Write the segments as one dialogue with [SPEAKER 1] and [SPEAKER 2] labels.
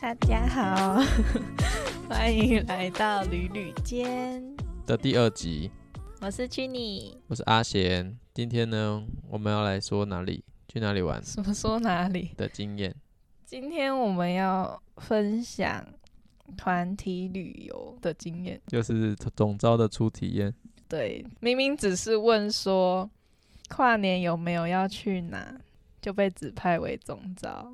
[SPEAKER 1] 大家好，欢迎来到旅旅间，
[SPEAKER 2] 的第二集，
[SPEAKER 1] 我是去你。
[SPEAKER 2] 我是阿贤。今天呢，我们要来说哪里去哪里玩
[SPEAKER 1] 什么说哪里？
[SPEAKER 2] 的经验。
[SPEAKER 1] 今天我们要分享团体旅游的经验。
[SPEAKER 2] 就是总招的初体验，
[SPEAKER 1] 对，明明只是问说跨年有没有要去哪，就被指派为总招。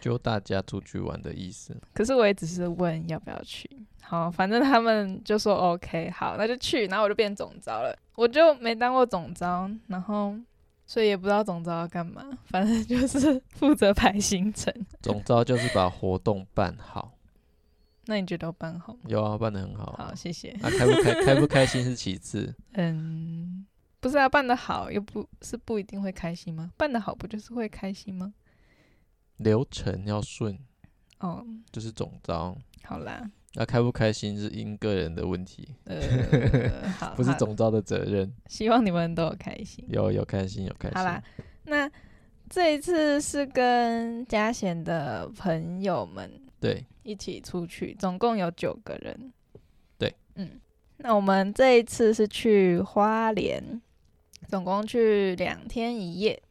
[SPEAKER 2] 就大家出去玩的意思。
[SPEAKER 1] 可是我也只是问要不要去，好，反正他们就说 OK，好，那就去，然后我就变总招了，我就没当过总招，然后所以也不知道总招要干嘛，反正就是负责排行程。
[SPEAKER 2] 总招就是把活动办好，
[SPEAKER 1] 那你觉得我办好吗？
[SPEAKER 2] 有啊，办得很好啊。
[SPEAKER 1] 好，谢谢。
[SPEAKER 2] 啊，开不开 开不开心是其次，
[SPEAKER 1] 嗯，不是啊，办得好又不是不一定会开心吗？办得好不就是会开心吗？
[SPEAKER 2] 流程要顺，
[SPEAKER 1] 哦，
[SPEAKER 2] 就是总招。
[SPEAKER 1] 好啦，
[SPEAKER 2] 那、开不开心是因个人的问题，
[SPEAKER 1] 呃， 好，
[SPEAKER 2] 不是
[SPEAKER 1] 好，
[SPEAKER 2] 总招的责任。
[SPEAKER 1] 希望你们都有开心。
[SPEAKER 2] 有有开心有开
[SPEAKER 1] 好啦
[SPEAKER 2] 心，，
[SPEAKER 1] 那这一次是跟嘉贤的朋友们
[SPEAKER 2] 对，
[SPEAKER 1] 一起出去，总共有九个人。
[SPEAKER 2] 对，
[SPEAKER 1] 嗯，那我们这一次是去花莲，总共去两天一夜，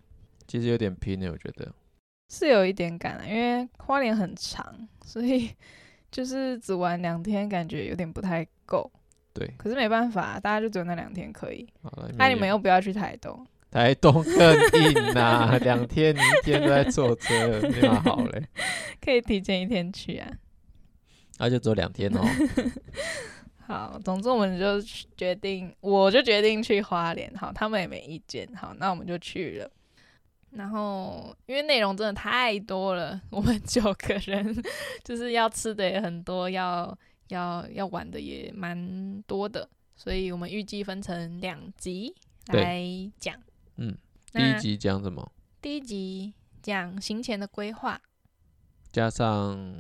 [SPEAKER 2] 其实有点拼的，我觉得。
[SPEAKER 1] 是有一点赶、啊，因为花莲很长，所以 就是只玩两天，感觉有点不太够。
[SPEAKER 2] 对，
[SPEAKER 1] 可是没办法，啊大家就只有那两天可以。
[SPEAKER 2] 好了，
[SPEAKER 1] 那、你们又不要去台东，
[SPEAKER 2] 台东更硬呐、 两天你一天都在坐车，没有好嘞，
[SPEAKER 1] 可以提前一天去啊。
[SPEAKER 2] 那、就只有两 天哦。
[SPEAKER 1] 好，总之我们就去决定，我就决定去花莲。好，他们也没意见。好，那我们就去了。然后因为内容真的太多了，我们 九个人就是要吃的也很多，要要要玩的也蛮多的，所以我们预计分成两集
[SPEAKER 2] 对
[SPEAKER 1] 来讲。
[SPEAKER 2] 嗯，第
[SPEAKER 1] 那
[SPEAKER 2] 一集讲什么？
[SPEAKER 1] 第一集讲行前的规划，
[SPEAKER 2] 加上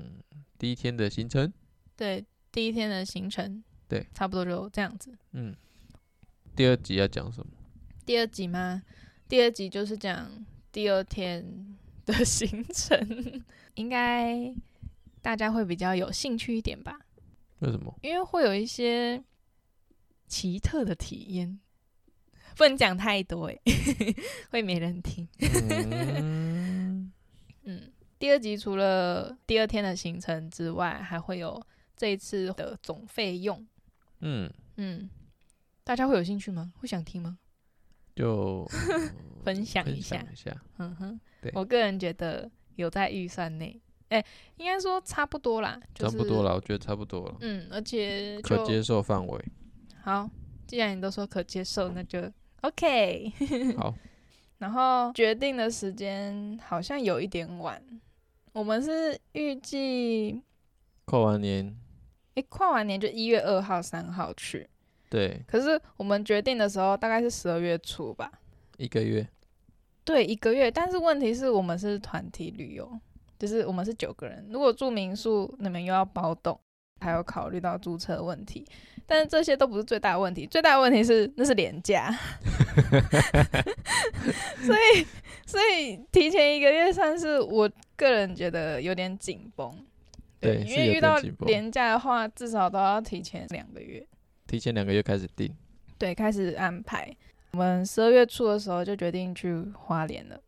[SPEAKER 2] 第一天的行程，
[SPEAKER 1] 对第一天的行程，
[SPEAKER 2] 对，
[SPEAKER 1] 差不多就这样子。
[SPEAKER 2] 嗯，第二集要讲什么？
[SPEAKER 1] 第二集吗？第二集就是讲第二天的行程， 应该大家会比较有兴趣一点吧，
[SPEAKER 2] 为什么？
[SPEAKER 1] 因为会有一些奇特的体验。不能讲太多诶、 会没人听。
[SPEAKER 2] 嗯，
[SPEAKER 1] 嗯，第二集除了第二天的行程之外，还会有这一次的总费用。
[SPEAKER 2] 嗯
[SPEAKER 1] 嗯，大家会有兴趣吗？会想听吗？
[SPEAKER 2] 就呃
[SPEAKER 1] 分享一
[SPEAKER 2] 分
[SPEAKER 1] 下
[SPEAKER 2] 享。一下。
[SPEAKER 1] 嗯哼
[SPEAKER 2] 对，
[SPEAKER 1] 我个人觉得有在预算内，哎、应该说差不多啦，就
[SPEAKER 2] 差
[SPEAKER 1] 是、
[SPEAKER 2] 不多。了，我觉得差不多了，
[SPEAKER 1] 嗯，而且
[SPEAKER 2] 可
[SPEAKER 1] 就
[SPEAKER 2] 接受范围。
[SPEAKER 1] 好，既然你都说可接受，那就 OK。
[SPEAKER 2] 好，
[SPEAKER 1] 然后决定的时间好像有一点晚，我们是预计
[SPEAKER 2] 过完年，
[SPEAKER 1] 哎跨完年就一月二号、三号去，
[SPEAKER 2] 对，
[SPEAKER 1] 可是我们决定的时候大概是十二月初吧，
[SPEAKER 2] 一个月，
[SPEAKER 1] 对，一个月。但是问题是我们是团体旅游，就是我们是九个人。如果住民宿，你们又要包栋，还有考虑到租车问题。但是这些都不是最大的问题，最大的问题是那是廉价， 所以所以提前一个月算是我个人觉得有点紧绷。
[SPEAKER 2] 对是
[SPEAKER 1] 因为
[SPEAKER 2] 有
[SPEAKER 1] 遇
[SPEAKER 2] 点
[SPEAKER 1] 到
[SPEAKER 2] 紧绷
[SPEAKER 1] 廉价的话，至少都要提前两个月。
[SPEAKER 2] 提前两个月开始订。
[SPEAKER 1] 对，开始安排。我们十二月初的时候就决定去花莲了。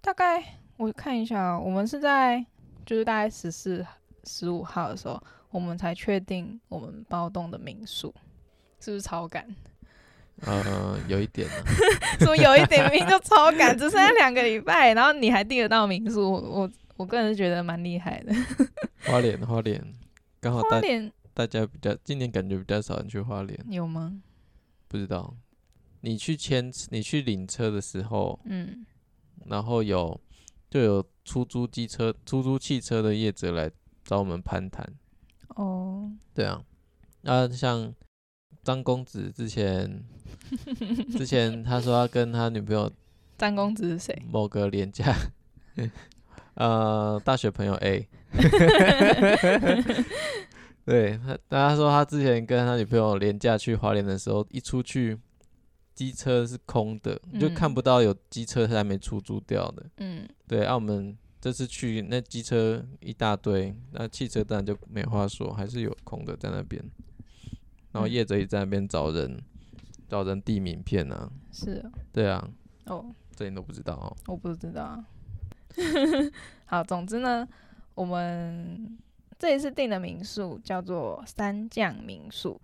[SPEAKER 1] 大概我看一下哦，我们是在就是大概十四、十五号的时候，我们才确定我们包栋的民宿，是不是超赶？
[SPEAKER 2] 呃，有一点啊，
[SPEAKER 1] 怎么有一点明明就超赶，只剩下两个礼拜，然后你还订得到民宿？我我我个人是觉得蛮厉害的。
[SPEAKER 2] 花莲，花莲，刚好
[SPEAKER 1] 花
[SPEAKER 2] 大
[SPEAKER 1] 莲
[SPEAKER 2] 大家比较今年感觉比较少人去花莲，
[SPEAKER 1] 有吗？
[SPEAKER 2] 不知道。你去签，你去领车的时候，
[SPEAKER 1] 嗯，
[SPEAKER 2] 然后有就有出租机车、出租汽车的业者来找我们攀谈。
[SPEAKER 1] 哦，
[SPEAKER 2] 对啊，那、像张公子之前，之前他说要跟他女朋友
[SPEAKER 1] 张公子是谁？
[SPEAKER 2] 某个廉价， 呃，大学朋友 A，对他，他说他之前跟他女朋友廉价去花莲的时候，一出去机车是空的，就看
[SPEAKER 1] 嗯
[SPEAKER 2] 不到有机车是还没出租掉的。
[SPEAKER 1] 嗯，
[SPEAKER 2] 对，啊，我们这次去那机车一大堆，那汽车当然就没话说，还是有空的在那边。然后
[SPEAKER 1] 嗯
[SPEAKER 2] 业者也在那边找人，找人递名片啊，
[SPEAKER 1] 是
[SPEAKER 2] 对啊，
[SPEAKER 1] 哦哦，
[SPEAKER 2] 这你都不知道哦。
[SPEAKER 1] 我不知道 啊。好，总之呢，我们这一次订的民宿叫做三匠民宿，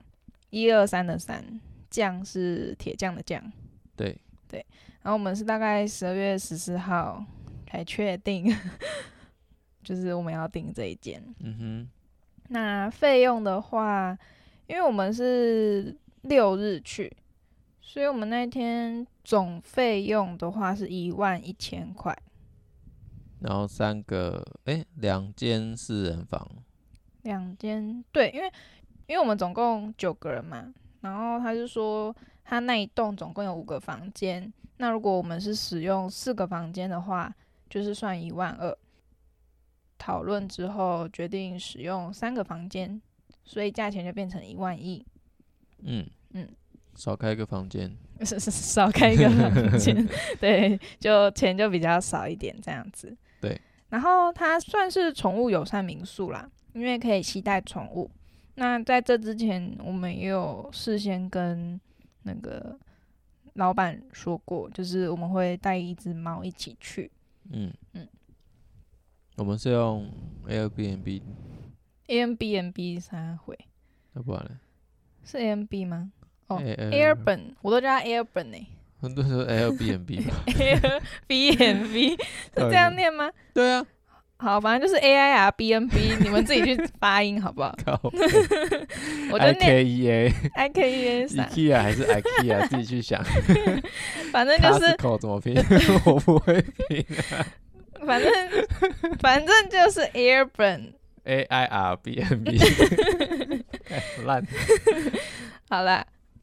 [SPEAKER 1] 一二三的三，匠是铁匠的匠。
[SPEAKER 2] 对，
[SPEAKER 1] 然后我们是大概十二月十四号才确定， 就是我们要订这一间。
[SPEAKER 2] 嗯
[SPEAKER 1] 那费用的话，因为我们是六日去，所以我们那天总费用的话是一万一千块，
[SPEAKER 2] 哼，然后三个，哎，两间四人房，
[SPEAKER 1] 两间对，因为因为我们总共九个人嘛，然后他就说他那一栋总共有五个房间，那如果我们是使用四个房间的话，就是算一万二。讨论之后决定使用三个房间，所以价钱就变成一万一。
[SPEAKER 2] 嗯
[SPEAKER 1] 嗯，
[SPEAKER 2] 少开一个房间，
[SPEAKER 1] 是是少开一个房间，对，就钱就比较少一点这样子。
[SPEAKER 2] 对，
[SPEAKER 1] 然后它算是宠物友善民宿啦，因为可以携带宠物。那在这之前，我们也有事先跟那个老板说过，就是我们会带一只猫一起去
[SPEAKER 2] 嗯
[SPEAKER 1] 嗯
[SPEAKER 2] 我们是用 Airbnb，
[SPEAKER 1] A M B N B 三回，
[SPEAKER 2] 要不然呢
[SPEAKER 1] 是 A M B 吗哦
[SPEAKER 2] Air-
[SPEAKER 1] ？Air 本，我都叫它欸 Air 本呢、
[SPEAKER 2] 很多人说 Airbnb 吧，
[SPEAKER 1] Air B N B 是这样念吗？
[SPEAKER 2] 对啊，？
[SPEAKER 1] 好，反正就是 A I R B N B，你们自己去发音好不好
[SPEAKER 2] 靠
[SPEAKER 1] 我就念
[SPEAKER 2] E A
[SPEAKER 1] I K E A 啥，
[SPEAKER 2] IKEA 还是 IKEA 自己去 想，
[SPEAKER 1] 反正就
[SPEAKER 2] 它
[SPEAKER 1] 是，
[SPEAKER 2] 口怎么拼， 我不会拼
[SPEAKER 1] 反正反正就是 Airburn。
[SPEAKER 2] A I R B N B，烂，
[SPEAKER 1] 好啦，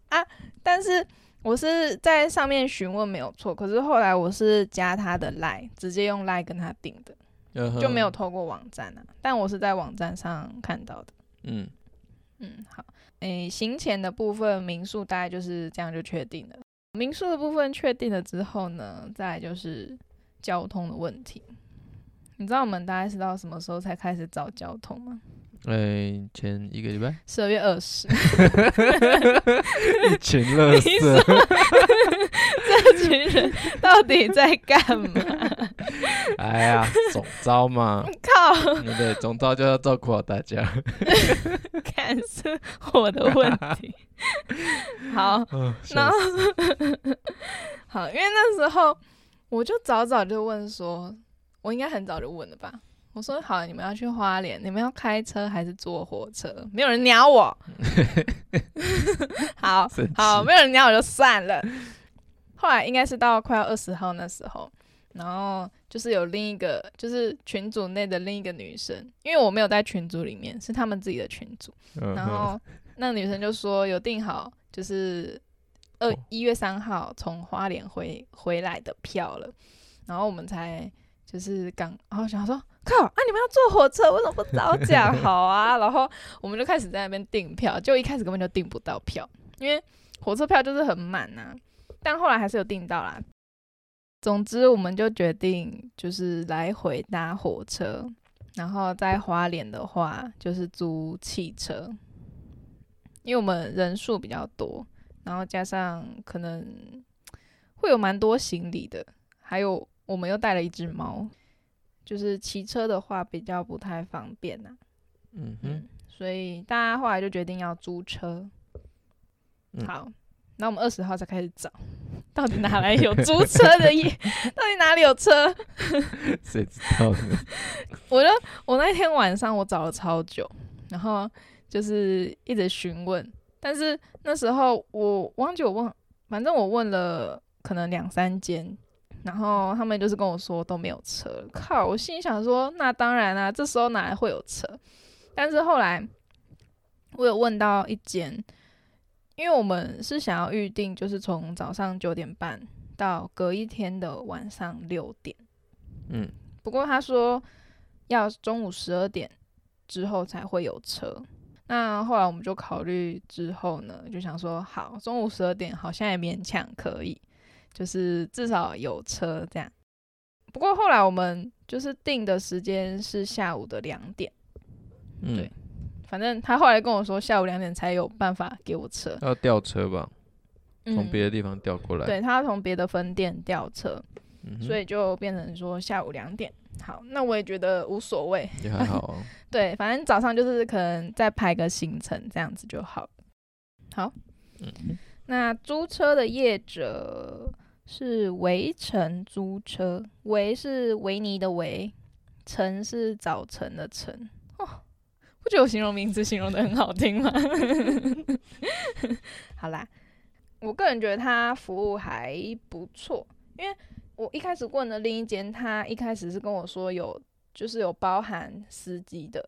[SPEAKER 1] 啊，但是我是在上面询问没有错，可是后来我是加他的 line，直接用 line 跟他订的，就
[SPEAKER 2] 嗯
[SPEAKER 1] 没有透过网站啊。但我是在网站上看到的。
[SPEAKER 2] 嗯
[SPEAKER 1] 嗯，好，诶，行前的部分民宿大概就是这样就确定了。民宿的部分确定了之后呢，再来就是交通的问题。你知道我们大概是到什么时候才开始找交通吗？
[SPEAKER 2] 哎、前一个 礼拜
[SPEAKER 1] 十二月二十，
[SPEAKER 2] 一群乐
[SPEAKER 1] 你说这群人到底在干嘛？
[SPEAKER 2] 哎呀，总招嘛，
[SPEAKER 1] 靠，
[SPEAKER 2] 对不对？总招就要照顾好大家。
[SPEAKER 1] 看是我的问题。 好，
[SPEAKER 2] 嗯，
[SPEAKER 1] 然后 好，因为那时候我就早早就问说，我应该很早就问了吧？我说好，你们要去花莲，你们要开车还是坐火车？没有人鸟我。好
[SPEAKER 2] 生气
[SPEAKER 1] 好，没有人鸟我就算了。后来应该是到快要二十号那时候，然后就是有另一个，就是群组内的另一个女生，因为我没有在群组里面，是他们自己的群组。
[SPEAKER 2] 嗯
[SPEAKER 1] 然后 那女生就说有订好，就是二
[SPEAKER 2] 哦
[SPEAKER 1] 一月三号从花莲回回来的票了，然后我们才就是刚，然后想说靠啊，你们要坐火车，为什么不早 讲好啊？然后我们就开始在那边订票，就一开始根本就订不到票，因为火车票就是很满呐、但后来还是有订到啦。总之，我们就决定就是来回搭火车，然后在花莲的话就是租汽车，因为我们人数比较多，然后加上可能会有蛮多行李的，还有我们又带了一只猫，就是骑车的话比较不太方便呐、
[SPEAKER 2] 嗯
[SPEAKER 1] 嗯
[SPEAKER 2] 哼，，
[SPEAKER 1] 所以大家后来就决定要租车。
[SPEAKER 2] 嗯
[SPEAKER 1] 好，那我们二十号才开始找，到底哪来有租车的业？ 到底哪里有车？
[SPEAKER 2] 谁知 道呢？
[SPEAKER 1] 我就我那天晚上我找了超久，然后就是一直询问，但是那时候我忘记我问，反正我问了可能两三间，然后他们就是跟我说都没有车。靠！我心里想说，那当然啦、这时候哪来会有车？但是后来我有问到一间，因为我们是想要预定，就是从早上九点半到隔一天的晚上六点。
[SPEAKER 2] 嗯，
[SPEAKER 1] 不过他说要中午十二点之后才会有车。那后来我们就考虑之后呢，就想说好，中午十二点好像也勉强可以，就是至少有车这样。不过后来我们就是定的时间是下午的两点，
[SPEAKER 2] 嗯
[SPEAKER 1] 对，反正他后来跟我说下午两点才有办法给我车，
[SPEAKER 2] 要吊车吧，从
[SPEAKER 1] 嗯
[SPEAKER 2] 别的地方调过来，
[SPEAKER 1] 对他从别的分店调车，
[SPEAKER 2] 嗯哼，
[SPEAKER 1] 所以就变成说下午两点。好，那我也觉得无所谓，
[SPEAKER 2] 也还 好啊。
[SPEAKER 1] 对，反正早上就是可能再排个行程这样子就好了。好，
[SPEAKER 2] 嗯
[SPEAKER 1] 那租车的业者是围城租车，围是维尼的围，城是早晨的晨。哦，不觉得我形容名字形容的很好听吗？ 好啦，我个人觉得他服务还不错，因为我一开始问的另一间，他一开始是跟我说有。就是有包含司机的，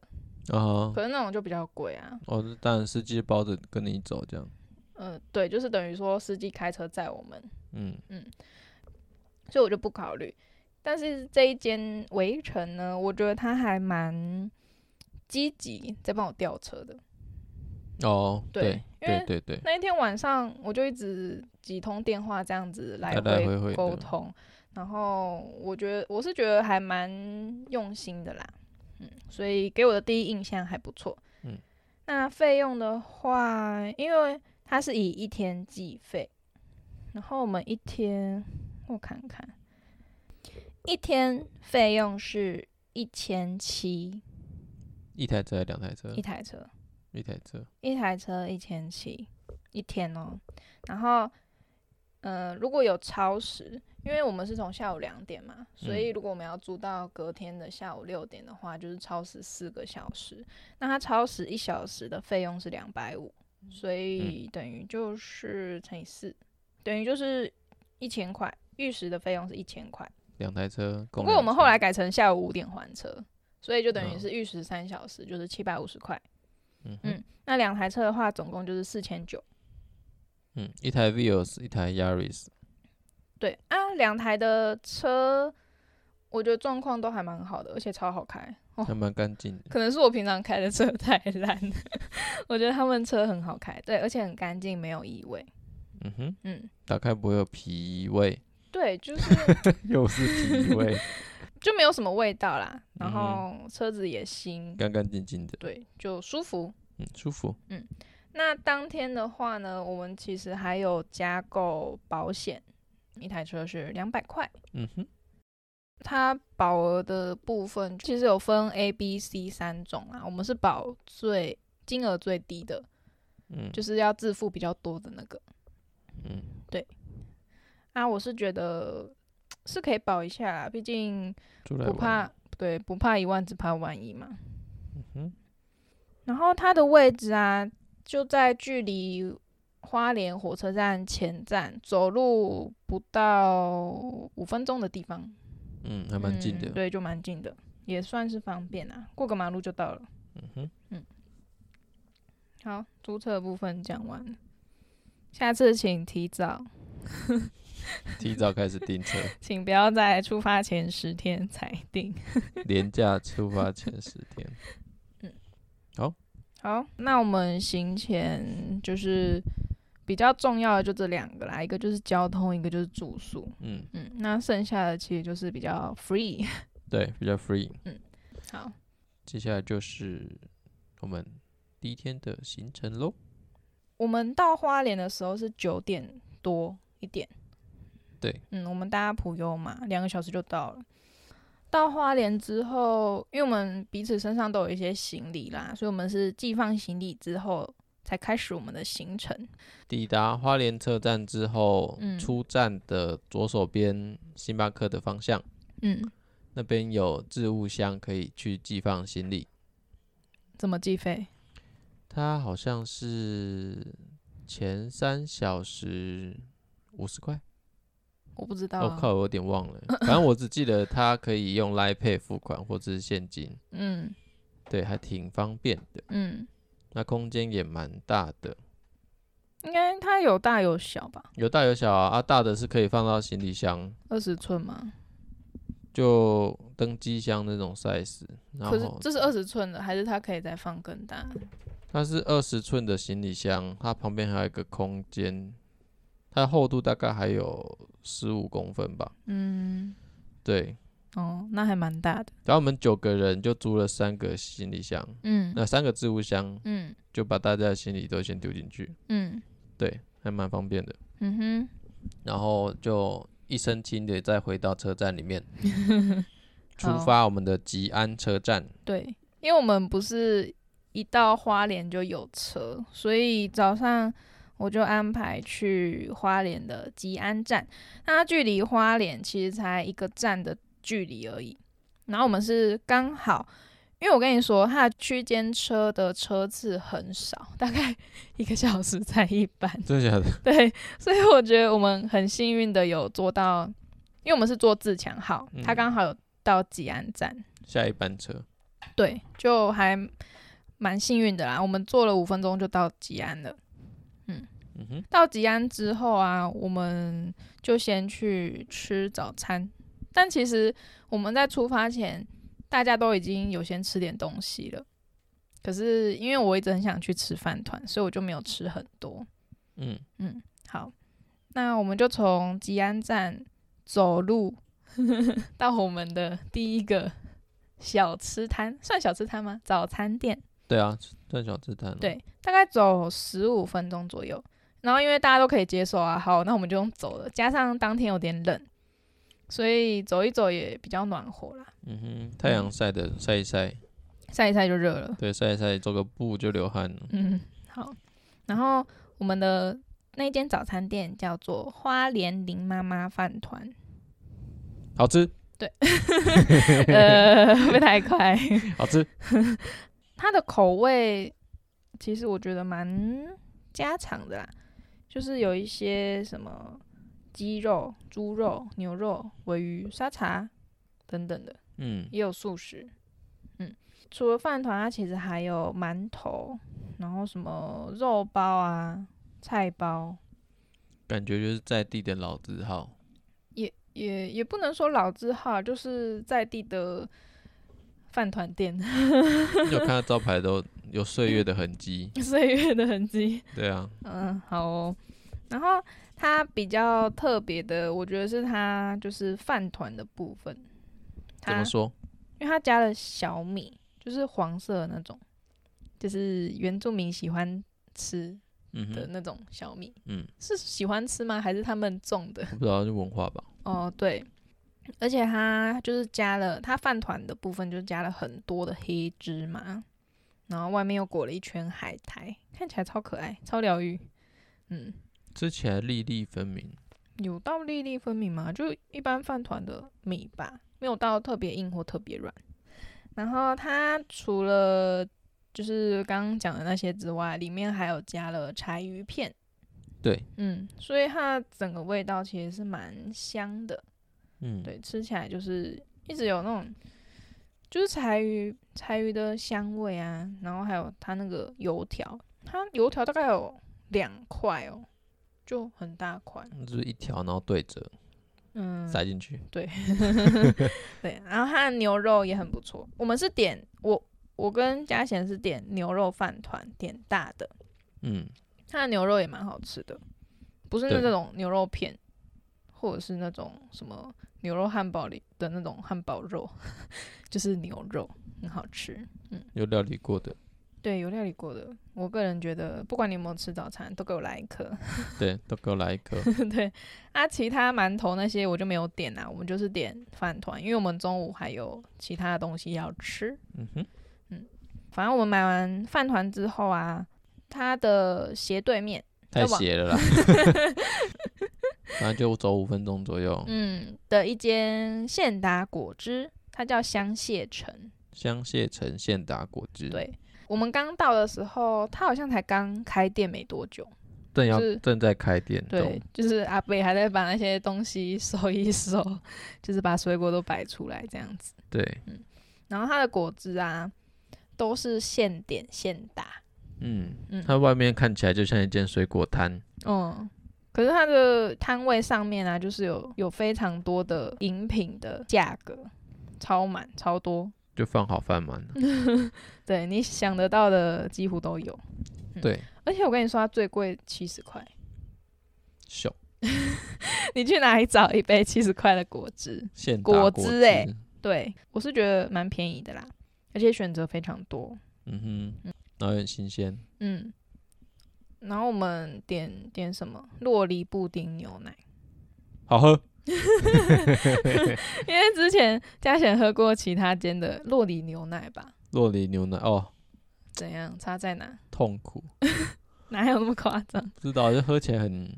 [SPEAKER 2] 哦
[SPEAKER 1] 可是那种就比较贵啊。
[SPEAKER 2] 哦，那当然司机包着跟你走这样，
[SPEAKER 1] 嗯，对，就是等于说司机开车载我们，
[SPEAKER 2] 嗯，
[SPEAKER 1] 所以我就不考虑。但是这一间围城呢，我觉得他还蛮积极在帮我吊车的。
[SPEAKER 2] 哦，
[SPEAKER 1] 对
[SPEAKER 2] 对
[SPEAKER 1] 因为
[SPEAKER 2] 对对对，
[SPEAKER 1] 那一天晚上，我就一直几通电话这样子来
[SPEAKER 2] 来来回回
[SPEAKER 1] 回
[SPEAKER 2] 的
[SPEAKER 1] 沟通，然后我觉得我是觉得还蛮用心的啦，嗯，所以给我的第一印象还不错。
[SPEAKER 2] 嗯，
[SPEAKER 1] 那费用的话，因为它是以一天计费，然后我们一天我看看，一天费用是一千七
[SPEAKER 2] 一台车还是两台车
[SPEAKER 1] 一，台车，
[SPEAKER 2] 一台车，
[SPEAKER 1] 一台车一千七一天哦。然后，呃，如果有超时，因为我们是从下午两点嘛，所
[SPEAKER 2] 嗯
[SPEAKER 1] 以如果我们要租到隔天的下午六点的话，就是超时四个小时。那它超时一小时的费用是两百五，所
[SPEAKER 2] 嗯
[SPEAKER 1] 以等于就是乘以四，等于就是一千块。玉石的费用是一千块，
[SPEAKER 2] 两台车。
[SPEAKER 1] 不
[SPEAKER 2] 不
[SPEAKER 1] 过我们后来改成下午五点还车，所以就等于
[SPEAKER 2] 嗯
[SPEAKER 1] 是玉石三小时，就是七百五十块。
[SPEAKER 2] 嗯哼
[SPEAKER 1] 嗯，那两台车的话，总共就是四千九。
[SPEAKER 2] 嗯，一台 Vios，一台 Yaris，
[SPEAKER 1] 对啊，两台的车，我觉得状况都还蛮好的，而且超好开。哦
[SPEAKER 2] 还蛮干净的。
[SPEAKER 1] 可能是我平常开的车 太烂，我觉得他们车很好开，对，而且很干净，没有异味。
[SPEAKER 2] 嗯哼，
[SPEAKER 1] 嗯，
[SPEAKER 2] 打开不会有皮味，
[SPEAKER 1] 对，就是
[SPEAKER 2] 又是皮味，
[SPEAKER 1] 就没有什么味道啦，然后
[SPEAKER 2] 嗯
[SPEAKER 1] 车子也新，
[SPEAKER 2] 干干净净的，
[SPEAKER 1] 对，就舒服。
[SPEAKER 2] 嗯，舒服。
[SPEAKER 1] 那当天的话呢，我们其实还有加购保险，一台车是两百块。
[SPEAKER 2] 嗯哼，
[SPEAKER 1] 它保额的部分其实有分 A、B、C 三种啊，我们是保最金额最低的，
[SPEAKER 2] 嗯，
[SPEAKER 1] 就是要自付比较多的那个。
[SPEAKER 2] 嗯
[SPEAKER 1] 啊，我是觉得是可以保一下啦，毕竟
[SPEAKER 2] 出来
[SPEAKER 1] 不
[SPEAKER 2] 玩。
[SPEAKER 1] 怕对不怕一万，只怕万一嘛。
[SPEAKER 2] 嗯哼，
[SPEAKER 1] 然后它的位置啊，就在距离花莲火车站前站走路不到五分钟的地方，
[SPEAKER 2] 嗯，还蛮近
[SPEAKER 1] 嗯
[SPEAKER 2] 的。
[SPEAKER 1] 对，就蛮近的，也算是方便啊，过个马路就到了。
[SPEAKER 2] 嗯哼，
[SPEAKER 1] 好，租车的部分讲完了，下次请提早，
[SPEAKER 2] 提早开始订车，
[SPEAKER 1] 请不要在出发前十天才订。
[SPEAKER 2] 廉价出发前十天。
[SPEAKER 1] 好，那我们行前就是比较重要的就这两个啦，一个就是交通，一个就是住宿。
[SPEAKER 2] 嗯，
[SPEAKER 1] 嗯，那剩下的其实就是比较 free。
[SPEAKER 2] 对，比较 free。
[SPEAKER 1] 好，
[SPEAKER 2] 接下来就是我们第一天的行程喽。
[SPEAKER 1] 我们到花莲的时候是九点多一点。
[SPEAKER 2] 对，
[SPEAKER 1] 嗯，我们搭普悠嘛，两个小时就到了。到花莲之后，因为我们彼此身上都有一些行李啦，所以我们是寄放行李之后才开始我们的行程。
[SPEAKER 2] 抵达花莲车站之后，
[SPEAKER 1] 嗯
[SPEAKER 2] 出站的左手边星巴克的方向，
[SPEAKER 1] 嗯，
[SPEAKER 2] 那边有置物箱可以去寄放行李。
[SPEAKER 1] 怎么计费？
[SPEAKER 2] 它好像是前三小时五十块，
[SPEAKER 1] 我不知道、
[SPEAKER 2] 我、
[SPEAKER 1] 啊。
[SPEAKER 2] 哦靠，我有点忘了。欸反正我只记得它可以用 Line Pay 付款或者是现金，
[SPEAKER 1] 嗯
[SPEAKER 2] 对，还挺方便的。
[SPEAKER 1] 嗯，
[SPEAKER 2] 那空间也蛮大的，
[SPEAKER 1] 应该它有大有小吧？
[SPEAKER 2] 有大有小啊。啊，大的是可以放到行李箱，
[SPEAKER 1] 二十寸吗？
[SPEAKER 2] 就登机箱那种 size。然
[SPEAKER 1] 可是
[SPEAKER 2] 后
[SPEAKER 1] 这是二十寸的，还是它可以再放更大？
[SPEAKER 2] 它是二十寸的行李箱，它旁边还有一个空间，它的厚度大概还有十五公分吧。
[SPEAKER 1] 嗯，
[SPEAKER 2] 对，
[SPEAKER 1] 哦，那还蛮大的。
[SPEAKER 2] 然后我们九个人就租了三个行李箱，
[SPEAKER 1] 嗯
[SPEAKER 2] 那三个置物箱
[SPEAKER 1] 嗯
[SPEAKER 2] 就把大家的行李都先丢进去，
[SPEAKER 1] 嗯
[SPEAKER 2] 对，还蛮方便的。
[SPEAKER 1] 嗯哼，
[SPEAKER 2] 然后就一身轻的再回到车站 里面，出
[SPEAKER 1] 好
[SPEAKER 2] 发我们的吉安车站。
[SPEAKER 1] 对，因为我们不是一到花莲就有车，所以早上我就安排去花莲的吉安站。那它距离花莲其实才一个站的距离而已。然后我们是刚好，因为我跟你说，它的区间车的车次很少，大概一个小时才一班。
[SPEAKER 2] 真的假的？
[SPEAKER 1] 对，所以我觉得我们很幸运的有做到，因为我们是坐自强号，它
[SPEAKER 2] 嗯
[SPEAKER 1] 刚好有到吉安站。
[SPEAKER 2] 下一班车，
[SPEAKER 1] 对，就还蛮幸运的啦。我们坐了五分钟就到吉安了。
[SPEAKER 2] 嗯哼，
[SPEAKER 1] 到吉安之后啊，我们就先去吃早餐。但其实我们在出发前，大家都已经有先吃点东西了。可是因为我一直很想去吃饭团，所以我就没有吃很多。
[SPEAKER 2] 嗯，
[SPEAKER 1] 嗯，好，那我们就从吉安站走路到我们的第一个小吃摊，算小吃摊吗？早餐店，
[SPEAKER 2] 对啊，算小吃摊。，
[SPEAKER 1] 对，大概走十五分钟左右。然后因为大家都可以接受啊，好，那我们就用走了。加上当天有点冷，所以走一走也比较暖和啦，
[SPEAKER 2] 嗯哼，太阳晒的晒一晒，
[SPEAKER 1] 晒一晒就热了。
[SPEAKER 2] 对，晒一晒，走个步就流汗了。
[SPEAKER 1] 嗯，好。然后我们的那间早餐店叫做花莲林妈妈饭团，
[SPEAKER 2] 好吃，
[SPEAKER 1] 呃，会不会太快？
[SPEAKER 2] 好吃。
[SPEAKER 1] 它的口味其实我觉得蛮家常的啦，就是有一些什么鸡肉、猪肉、牛肉、尾鱼、沙茶等等的，
[SPEAKER 2] 嗯，
[SPEAKER 1] 也有素食。嗯，除了饭团，它其实还有馒头，然后什么肉包啊、菜包，
[SPEAKER 2] 感觉就是在地的老字号。
[SPEAKER 1] 也也也不能说老字号，就是在地的饭团店，
[SPEAKER 2] 你有看到招牌都有岁月的痕迹。
[SPEAKER 1] 岁月的痕迹。
[SPEAKER 2] 对啊，
[SPEAKER 1] 嗯，好哦。然后它比较特别的，我觉得是它就是饭团的部分，
[SPEAKER 2] 怎
[SPEAKER 1] 它
[SPEAKER 2] 么说？
[SPEAKER 1] 因为它加了小米，就是黄色的那种，就是原住民喜欢吃
[SPEAKER 2] 嗯
[SPEAKER 1] 的
[SPEAKER 2] 哼，
[SPEAKER 1] 那种小米，
[SPEAKER 2] 嗯，
[SPEAKER 1] 是喜欢吃吗？还是他们种的？
[SPEAKER 2] 我不知道是文化吧。
[SPEAKER 1] 哦，对，而且它就是加了它饭团的部分，就加了很多的黑芝麻，然后外面又裹了一圈海苔，看起来超可爱，超疗愈。嗯，
[SPEAKER 2] 吃起来粒粒分明。
[SPEAKER 1] 有到粒粒分明吗？就一般饭团的米吧，没有到特别硬或特别软。然后它除了就是刚刚讲的那些之外，里面还有加了柴鱼片，
[SPEAKER 2] 对，
[SPEAKER 1] 嗯，所以它整个味道其实是蛮香的。
[SPEAKER 2] 嗯，
[SPEAKER 1] 对，吃起来就是一直有那种，就是柴鱼柴鱼的香味啊，然后还有它那个油条，它油条大概有两块哦，就很大块，
[SPEAKER 2] 就是一条，然后对折
[SPEAKER 1] 嗯，
[SPEAKER 2] 塞进去。
[SPEAKER 1] 对，然后它的牛肉也很不错。我们是点我我跟嘉贤是点牛肉饭团，点大的，
[SPEAKER 2] 嗯，
[SPEAKER 1] 它的牛肉也蛮好吃的，不是
[SPEAKER 2] 对
[SPEAKER 1] 那种牛肉片，或者是那种什么牛肉汉堡里的那种汉堡肉， 就是牛肉很好吃。
[SPEAKER 2] 有料理过的。
[SPEAKER 1] 对，有料理过的，我个人觉得，不管你有没有吃早餐，都给我来一颗。
[SPEAKER 2] 对，都给我来一颗。
[SPEAKER 1] 对，啊，其他馒头那些我就没有点啦、啊我们就是点饭团，因为我们中午还有其他的东西要吃。
[SPEAKER 2] 嗯哼，
[SPEAKER 1] 反正我们买完饭团之后啊，它的斜对面，
[SPEAKER 2] 太
[SPEAKER 1] 往
[SPEAKER 2] 邪了啦。反正就走五分钟左右。
[SPEAKER 1] 嗯的一间现打果汁，它叫香榭城。
[SPEAKER 2] 香榭城现打果汁。，
[SPEAKER 1] 对，我们刚到的时候，它好像才刚开店没多久。
[SPEAKER 2] 正要
[SPEAKER 1] 是
[SPEAKER 2] 正在开店
[SPEAKER 1] 对
[SPEAKER 2] 中。，
[SPEAKER 1] 就是阿北还在把那些东西收一收， 就是把水果都摆出来这样子。
[SPEAKER 2] 对，
[SPEAKER 1] 然后它的果汁啊，都是现点现打，
[SPEAKER 2] 嗯
[SPEAKER 1] 嗯，
[SPEAKER 2] 它外面看起来就像一间水果摊。
[SPEAKER 1] 嗯。可是它的摊位上面啊，就是有有非常多的饮品的价格，超满超多，
[SPEAKER 2] 就放好饭满了，
[SPEAKER 1] 对你想得到的几乎都有。
[SPEAKER 2] 对，
[SPEAKER 1] 而且我跟你说，它最贵七十块，
[SPEAKER 2] 秀
[SPEAKER 1] 你去哪里找一杯七十块的果汁？
[SPEAKER 2] 现打
[SPEAKER 1] 果
[SPEAKER 2] 果
[SPEAKER 1] 汁欸对我是觉得蛮便宜的啦，而且选择非常多。
[SPEAKER 2] 嗯哼，然后也很新鲜，
[SPEAKER 1] 嗯，然后我们点点什么洛梨布丁牛奶，
[SPEAKER 2] 好喝。
[SPEAKER 1] 因为之前嘉贤喝过其他间的洛梨牛奶吧？
[SPEAKER 2] 洛梨牛奶哦，
[SPEAKER 1] 怎样？差在哪？
[SPEAKER 2] 痛苦，
[SPEAKER 1] 哪有那么夸张？
[SPEAKER 2] 不知道就喝起来很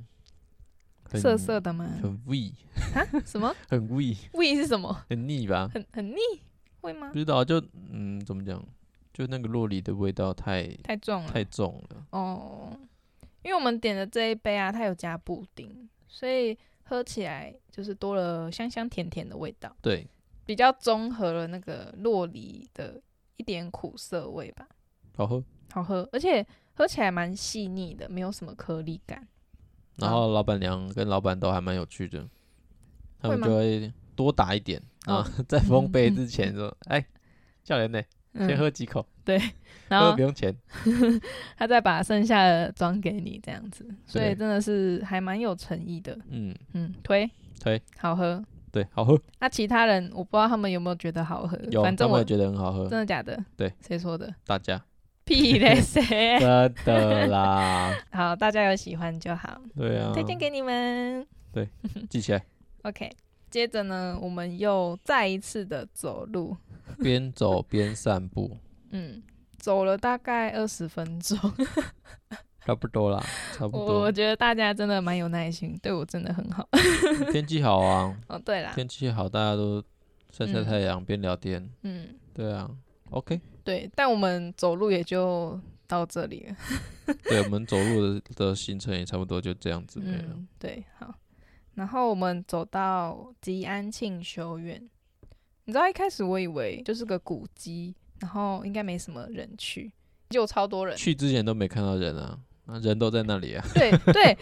[SPEAKER 2] 很
[SPEAKER 1] 涩涩的吗？
[SPEAKER 2] 很味，
[SPEAKER 1] 什么
[SPEAKER 2] 很味，
[SPEAKER 1] 味是什么？
[SPEAKER 2] 很腻吧？
[SPEAKER 1] 很很腻，会吗
[SPEAKER 2] 不？知道就嗯，怎么讲？就那个洛梨的味道太
[SPEAKER 1] 太重了
[SPEAKER 2] 太重了，
[SPEAKER 1] 哦。因为我们点的这一杯啊，它有加布丁，所以喝起来就是多了香香甜甜的味道，
[SPEAKER 2] 对，
[SPEAKER 1] 比较综合了那个洛梨的一点苦涩味吧，
[SPEAKER 2] 好喝。
[SPEAKER 1] 好喝，而且喝起来蛮细腻的，没有什么颗粒感。
[SPEAKER 2] 然后老板娘跟老板都还蛮有趣的，他
[SPEAKER 1] 会
[SPEAKER 2] 们
[SPEAKER 1] 吗
[SPEAKER 2] 就会多打一点
[SPEAKER 1] 哦
[SPEAKER 2] 啊， 在封杯之前说：“哎，教练呢，先
[SPEAKER 1] 嗯，哦
[SPEAKER 2] 喝几口，
[SPEAKER 1] 然
[SPEAKER 2] 喝
[SPEAKER 1] 后
[SPEAKER 2] 不用钱。
[SPEAKER 1] 他再把剩下的装给你，这样子，所以
[SPEAKER 2] 对
[SPEAKER 1] 真的是还蛮有诚意的”。
[SPEAKER 2] 嗯，
[SPEAKER 1] 嗯，推
[SPEAKER 2] 推，
[SPEAKER 1] 好喝。
[SPEAKER 2] 对，好喝，
[SPEAKER 1] 那、其他人我不知道他们有没有觉得好喝，
[SPEAKER 2] 有，
[SPEAKER 1] 反
[SPEAKER 2] 他
[SPEAKER 1] 正
[SPEAKER 2] 们
[SPEAKER 1] 我
[SPEAKER 2] 也觉得很好喝
[SPEAKER 1] 真，的假的？
[SPEAKER 2] 对，
[SPEAKER 1] 谁说的？
[SPEAKER 2] 大家
[SPEAKER 1] 屁嘞， 谁？
[SPEAKER 2] 真 的啦，
[SPEAKER 1] 好，大家有喜欢就好，
[SPEAKER 2] 对啊，
[SPEAKER 1] 推荐给你们。
[SPEAKER 2] 记起来，
[SPEAKER 1] OK，接着呢，我们又再一次的走路，
[SPEAKER 2] 边走边散步，
[SPEAKER 1] 嗯，走了大概二十分钟，
[SPEAKER 2] 差不多 啦，差不
[SPEAKER 1] 我我
[SPEAKER 2] 多。
[SPEAKER 1] 觉得大家真的蛮有耐心，对我真的很好。
[SPEAKER 2] 天气好啊，
[SPEAKER 1] 哦，对啦，
[SPEAKER 2] 天气好，大家都晒晒
[SPEAKER 1] 嗯
[SPEAKER 2] 太阳，边聊天，
[SPEAKER 1] 嗯，
[SPEAKER 2] 对啊，OK，
[SPEAKER 1] 对，但我们走路也就到这里了。
[SPEAKER 2] 对我们走路的的行程也差不多就这样子没啊了。
[SPEAKER 1] 嗯，对，好。然后我们走到吉安庆修院，你知道一开始我以为就是个古迹，然后应该没什么人去，就超多 人。
[SPEAKER 2] 去之前都没看到人啊，啊人都在那里啊。
[SPEAKER 1] 对对，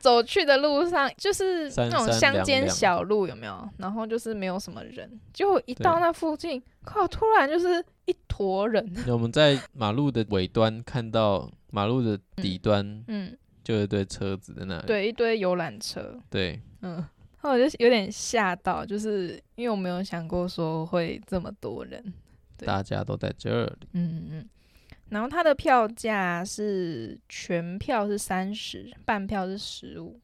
[SPEAKER 1] 走去的路上就是
[SPEAKER 2] 三
[SPEAKER 1] 那种
[SPEAKER 2] 三
[SPEAKER 1] 乡
[SPEAKER 2] 两
[SPEAKER 1] 间
[SPEAKER 2] 两
[SPEAKER 1] 小路，有没有？然后就是没有什么人，结果一到
[SPEAKER 2] 对
[SPEAKER 1] 那附近，靠，突然就是一坨人。
[SPEAKER 2] 我们在马路的尾端看到马路的底端
[SPEAKER 1] 嗯，
[SPEAKER 2] 就有一堆车子在那里。
[SPEAKER 1] 对，一堆游览车。
[SPEAKER 2] 对
[SPEAKER 1] 嗯，然后我就有点吓到，就是因为我没有想过说会这么多人。对
[SPEAKER 2] 大家都在这里。
[SPEAKER 1] 嗯嗯，然后它的票价是全票是三十，半票是十五，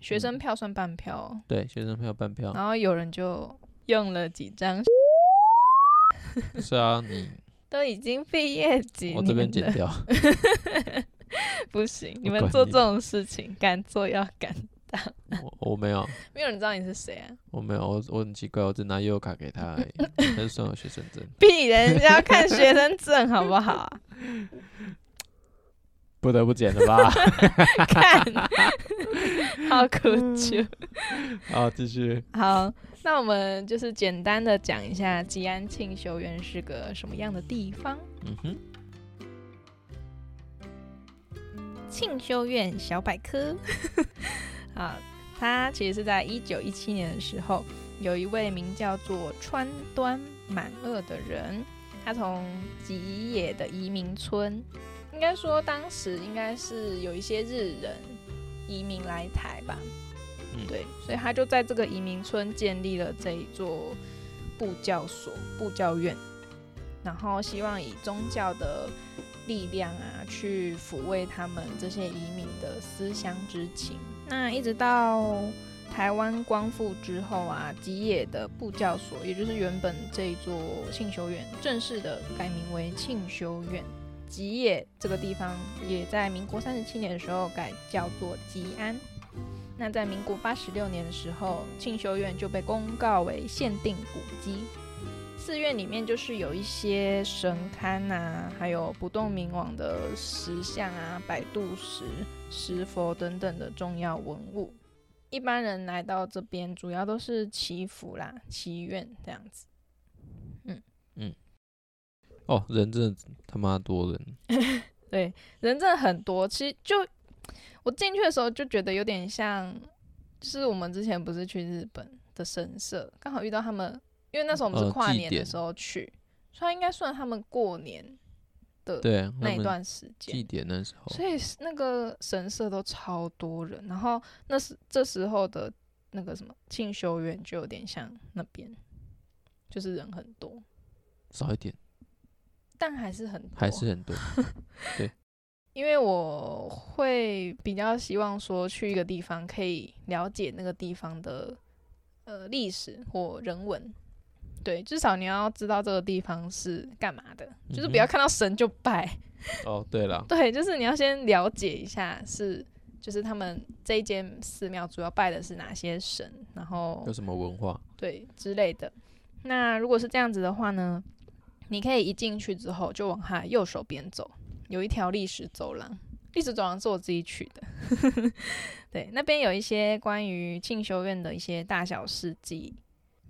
[SPEAKER 1] 学生
[SPEAKER 2] 嗯哦
[SPEAKER 1] 票算半票、哦。
[SPEAKER 2] 对，学生票半票。
[SPEAKER 1] 然后有人就用了几张，
[SPEAKER 2] 是啊，你
[SPEAKER 1] 都已经毕业几年
[SPEAKER 2] 我这边剪
[SPEAKER 1] 了
[SPEAKER 2] 掉。
[SPEAKER 1] 不行，你
[SPEAKER 2] 我
[SPEAKER 1] 们
[SPEAKER 2] 管
[SPEAKER 1] 做
[SPEAKER 2] 你
[SPEAKER 1] 这种事情，敢做要敢，
[SPEAKER 2] 我我没有，
[SPEAKER 1] 没有人知道你是谁啊！
[SPEAKER 2] 我没有，我我很奇怪，我只拿悠游卡给他而 已，但是算我学生证。
[SPEAKER 1] 屁人，人家要看学生证好不好 啊？
[SPEAKER 2] 不得不剪了 吧？
[SPEAKER 1] 看， 好可
[SPEAKER 2] 嗯
[SPEAKER 1] 耻。
[SPEAKER 2] 好，继续。
[SPEAKER 1] 好，那我们就是简单的讲一下吉安庆修院是个什么样的地方。
[SPEAKER 2] 嗯哼，
[SPEAKER 1] 庆修院小百科。 啊，它其实是在一九一七年的时候，有一位名叫做川端满二的人，他从吉野的移民村，应该说当时应该是有一些日人移民来台吧，
[SPEAKER 2] 嗯
[SPEAKER 1] 对，所以他就在这个移民村建立了这一座布教所、布教院，然后希望以宗教的力量啊，去抚慰他们这些移民的思乡之情。那一直到台湾光复之后啊，吉野的布教所，也就是原本这一座庆修院，正式的改名为庆修院。吉野这个地方也在民国三十七年的时候改叫做吉安。那在民国八十六年的时候，庆修院就被公告为限定古迹。寺院里面就是有一些神龛啊，还有不动明王的石像啊、摆渡石、石佛等等的重要文物。一般人来到这边，主要都是祈福啦、祈愿这样子。
[SPEAKER 2] 哦，人真的他妈多人，
[SPEAKER 1] 对，人真的很多。其实就我进去的时候就觉得有点像，就是我们之前不是去日本的神社，刚好遇到他们，因为那时候我们是
[SPEAKER 2] 呃
[SPEAKER 1] 跨
[SPEAKER 2] 祭
[SPEAKER 1] 年的
[SPEAKER 2] 典
[SPEAKER 1] 时候去，所以应该算他们过年的
[SPEAKER 2] 对，啊他
[SPEAKER 1] 那一
[SPEAKER 2] 们
[SPEAKER 1] 段时间
[SPEAKER 2] 祭。典那时候，
[SPEAKER 1] 所以是那个神社都超多人，然后那时这时候的那个什么庆修院就有点像那边，就是人很多，
[SPEAKER 2] 少一点，
[SPEAKER 1] 但还是很多
[SPEAKER 2] 还是 很多。
[SPEAKER 1] 因为我会比较希望说去一个地方可以了解那个地方的呃历史或人文，对，至少你要知道这个地方是干嘛的，就是不要
[SPEAKER 2] 嗯哼
[SPEAKER 1] 看到神就拜，
[SPEAKER 2] 哦，对了，
[SPEAKER 1] 对，就是你要先了解一下是就是他们这一间寺庙主要拜的是哪些神，然后
[SPEAKER 2] 有什么文化？
[SPEAKER 1] 对之类的。那如果是这样子的话呢，你可以一进去之后就往它的右手边走，有一条历史走廊。历史走廊是我自己取的， 对，那边有一些关于进修院的一些大小事迹，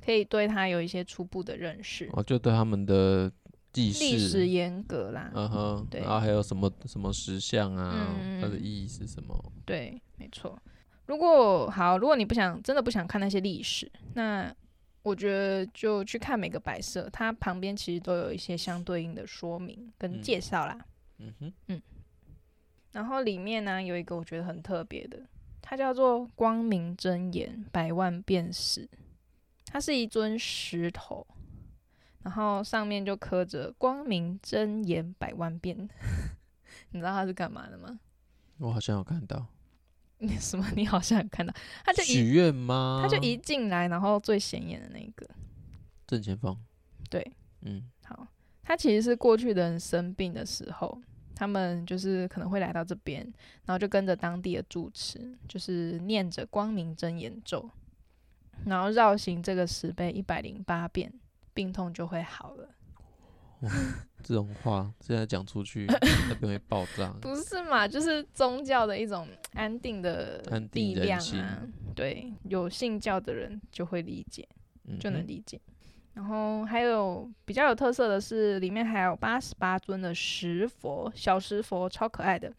[SPEAKER 1] 可以对它有一些初步的认识。
[SPEAKER 2] 哦，就对他们的记
[SPEAKER 1] 历史
[SPEAKER 2] 事，
[SPEAKER 1] 严格啦，
[SPEAKER 2] 嗯哼，
[SPEAKER 1] 对
[SPEAKER 2] 然后还有什么什么石像啊，
[SPEAKER 1] 嗯嗯
[SPEAKER 2] 它的
[SPEAKER 1] 嗯
[SPEAKER 2] 意义是什么？
[SPEAKER 1] 对，没错。如果好，如果你不想真的不想看那些历史，那我觉得就去看每个摆设，它旁边其实都有一些相对应的说明跟
[SPEAKER 2] 嗯
[SPEAKER 1] 介绍啦。
[SPEAKER 2] 嗯哼，
[SPEAKER 1] 然后里面呢有一个我觉得很特别的，它叫做“光明真言百万变石”，它是一尊石头，然后上面就刻着“光明真言百万变”， 你知道它是干嘛的吗？
[SPEAKER 2] 我好像有看到
[SPEAKER 1] 你什么？你好像有看到，它就一
[SPEAKER 2] 许愿吗？
[SPEAKER 1] 他就一进来，然后最显眼的那一个，
[SPEAKER 2] 正前方，
[SPEAKER 1] 对，
[SPEAKER 2] 嗯，
[SPEAKER 1] 好，他其实是过去的人生病的时候，他们就是可能会来到这边，然后就跟着当地的住持，就是念着光明真言咒，然后绕行这个石碑一百零八遍，病痛就会好了，
[SPEAKER 2] 这种话现在讲出 去，那边会爆炸。
[SPEAKER 1] 不是嘛？就是宗教的一种安定的
[SPEAKER 2] 安定
[SPEAKER 1] 力量
[SPEAKER 2] 人心
[SPEAKER 1] 啊，对，有信教的人就会理解。
[SPEAKER 2] 嗯
[SPEAKER 1] 就能
[SPEAKER 2] 哼
[SPEAKER 1] 理解。然后还有比较有特色的是，里面还有八十八尊的石佛，小石佛超可爱的，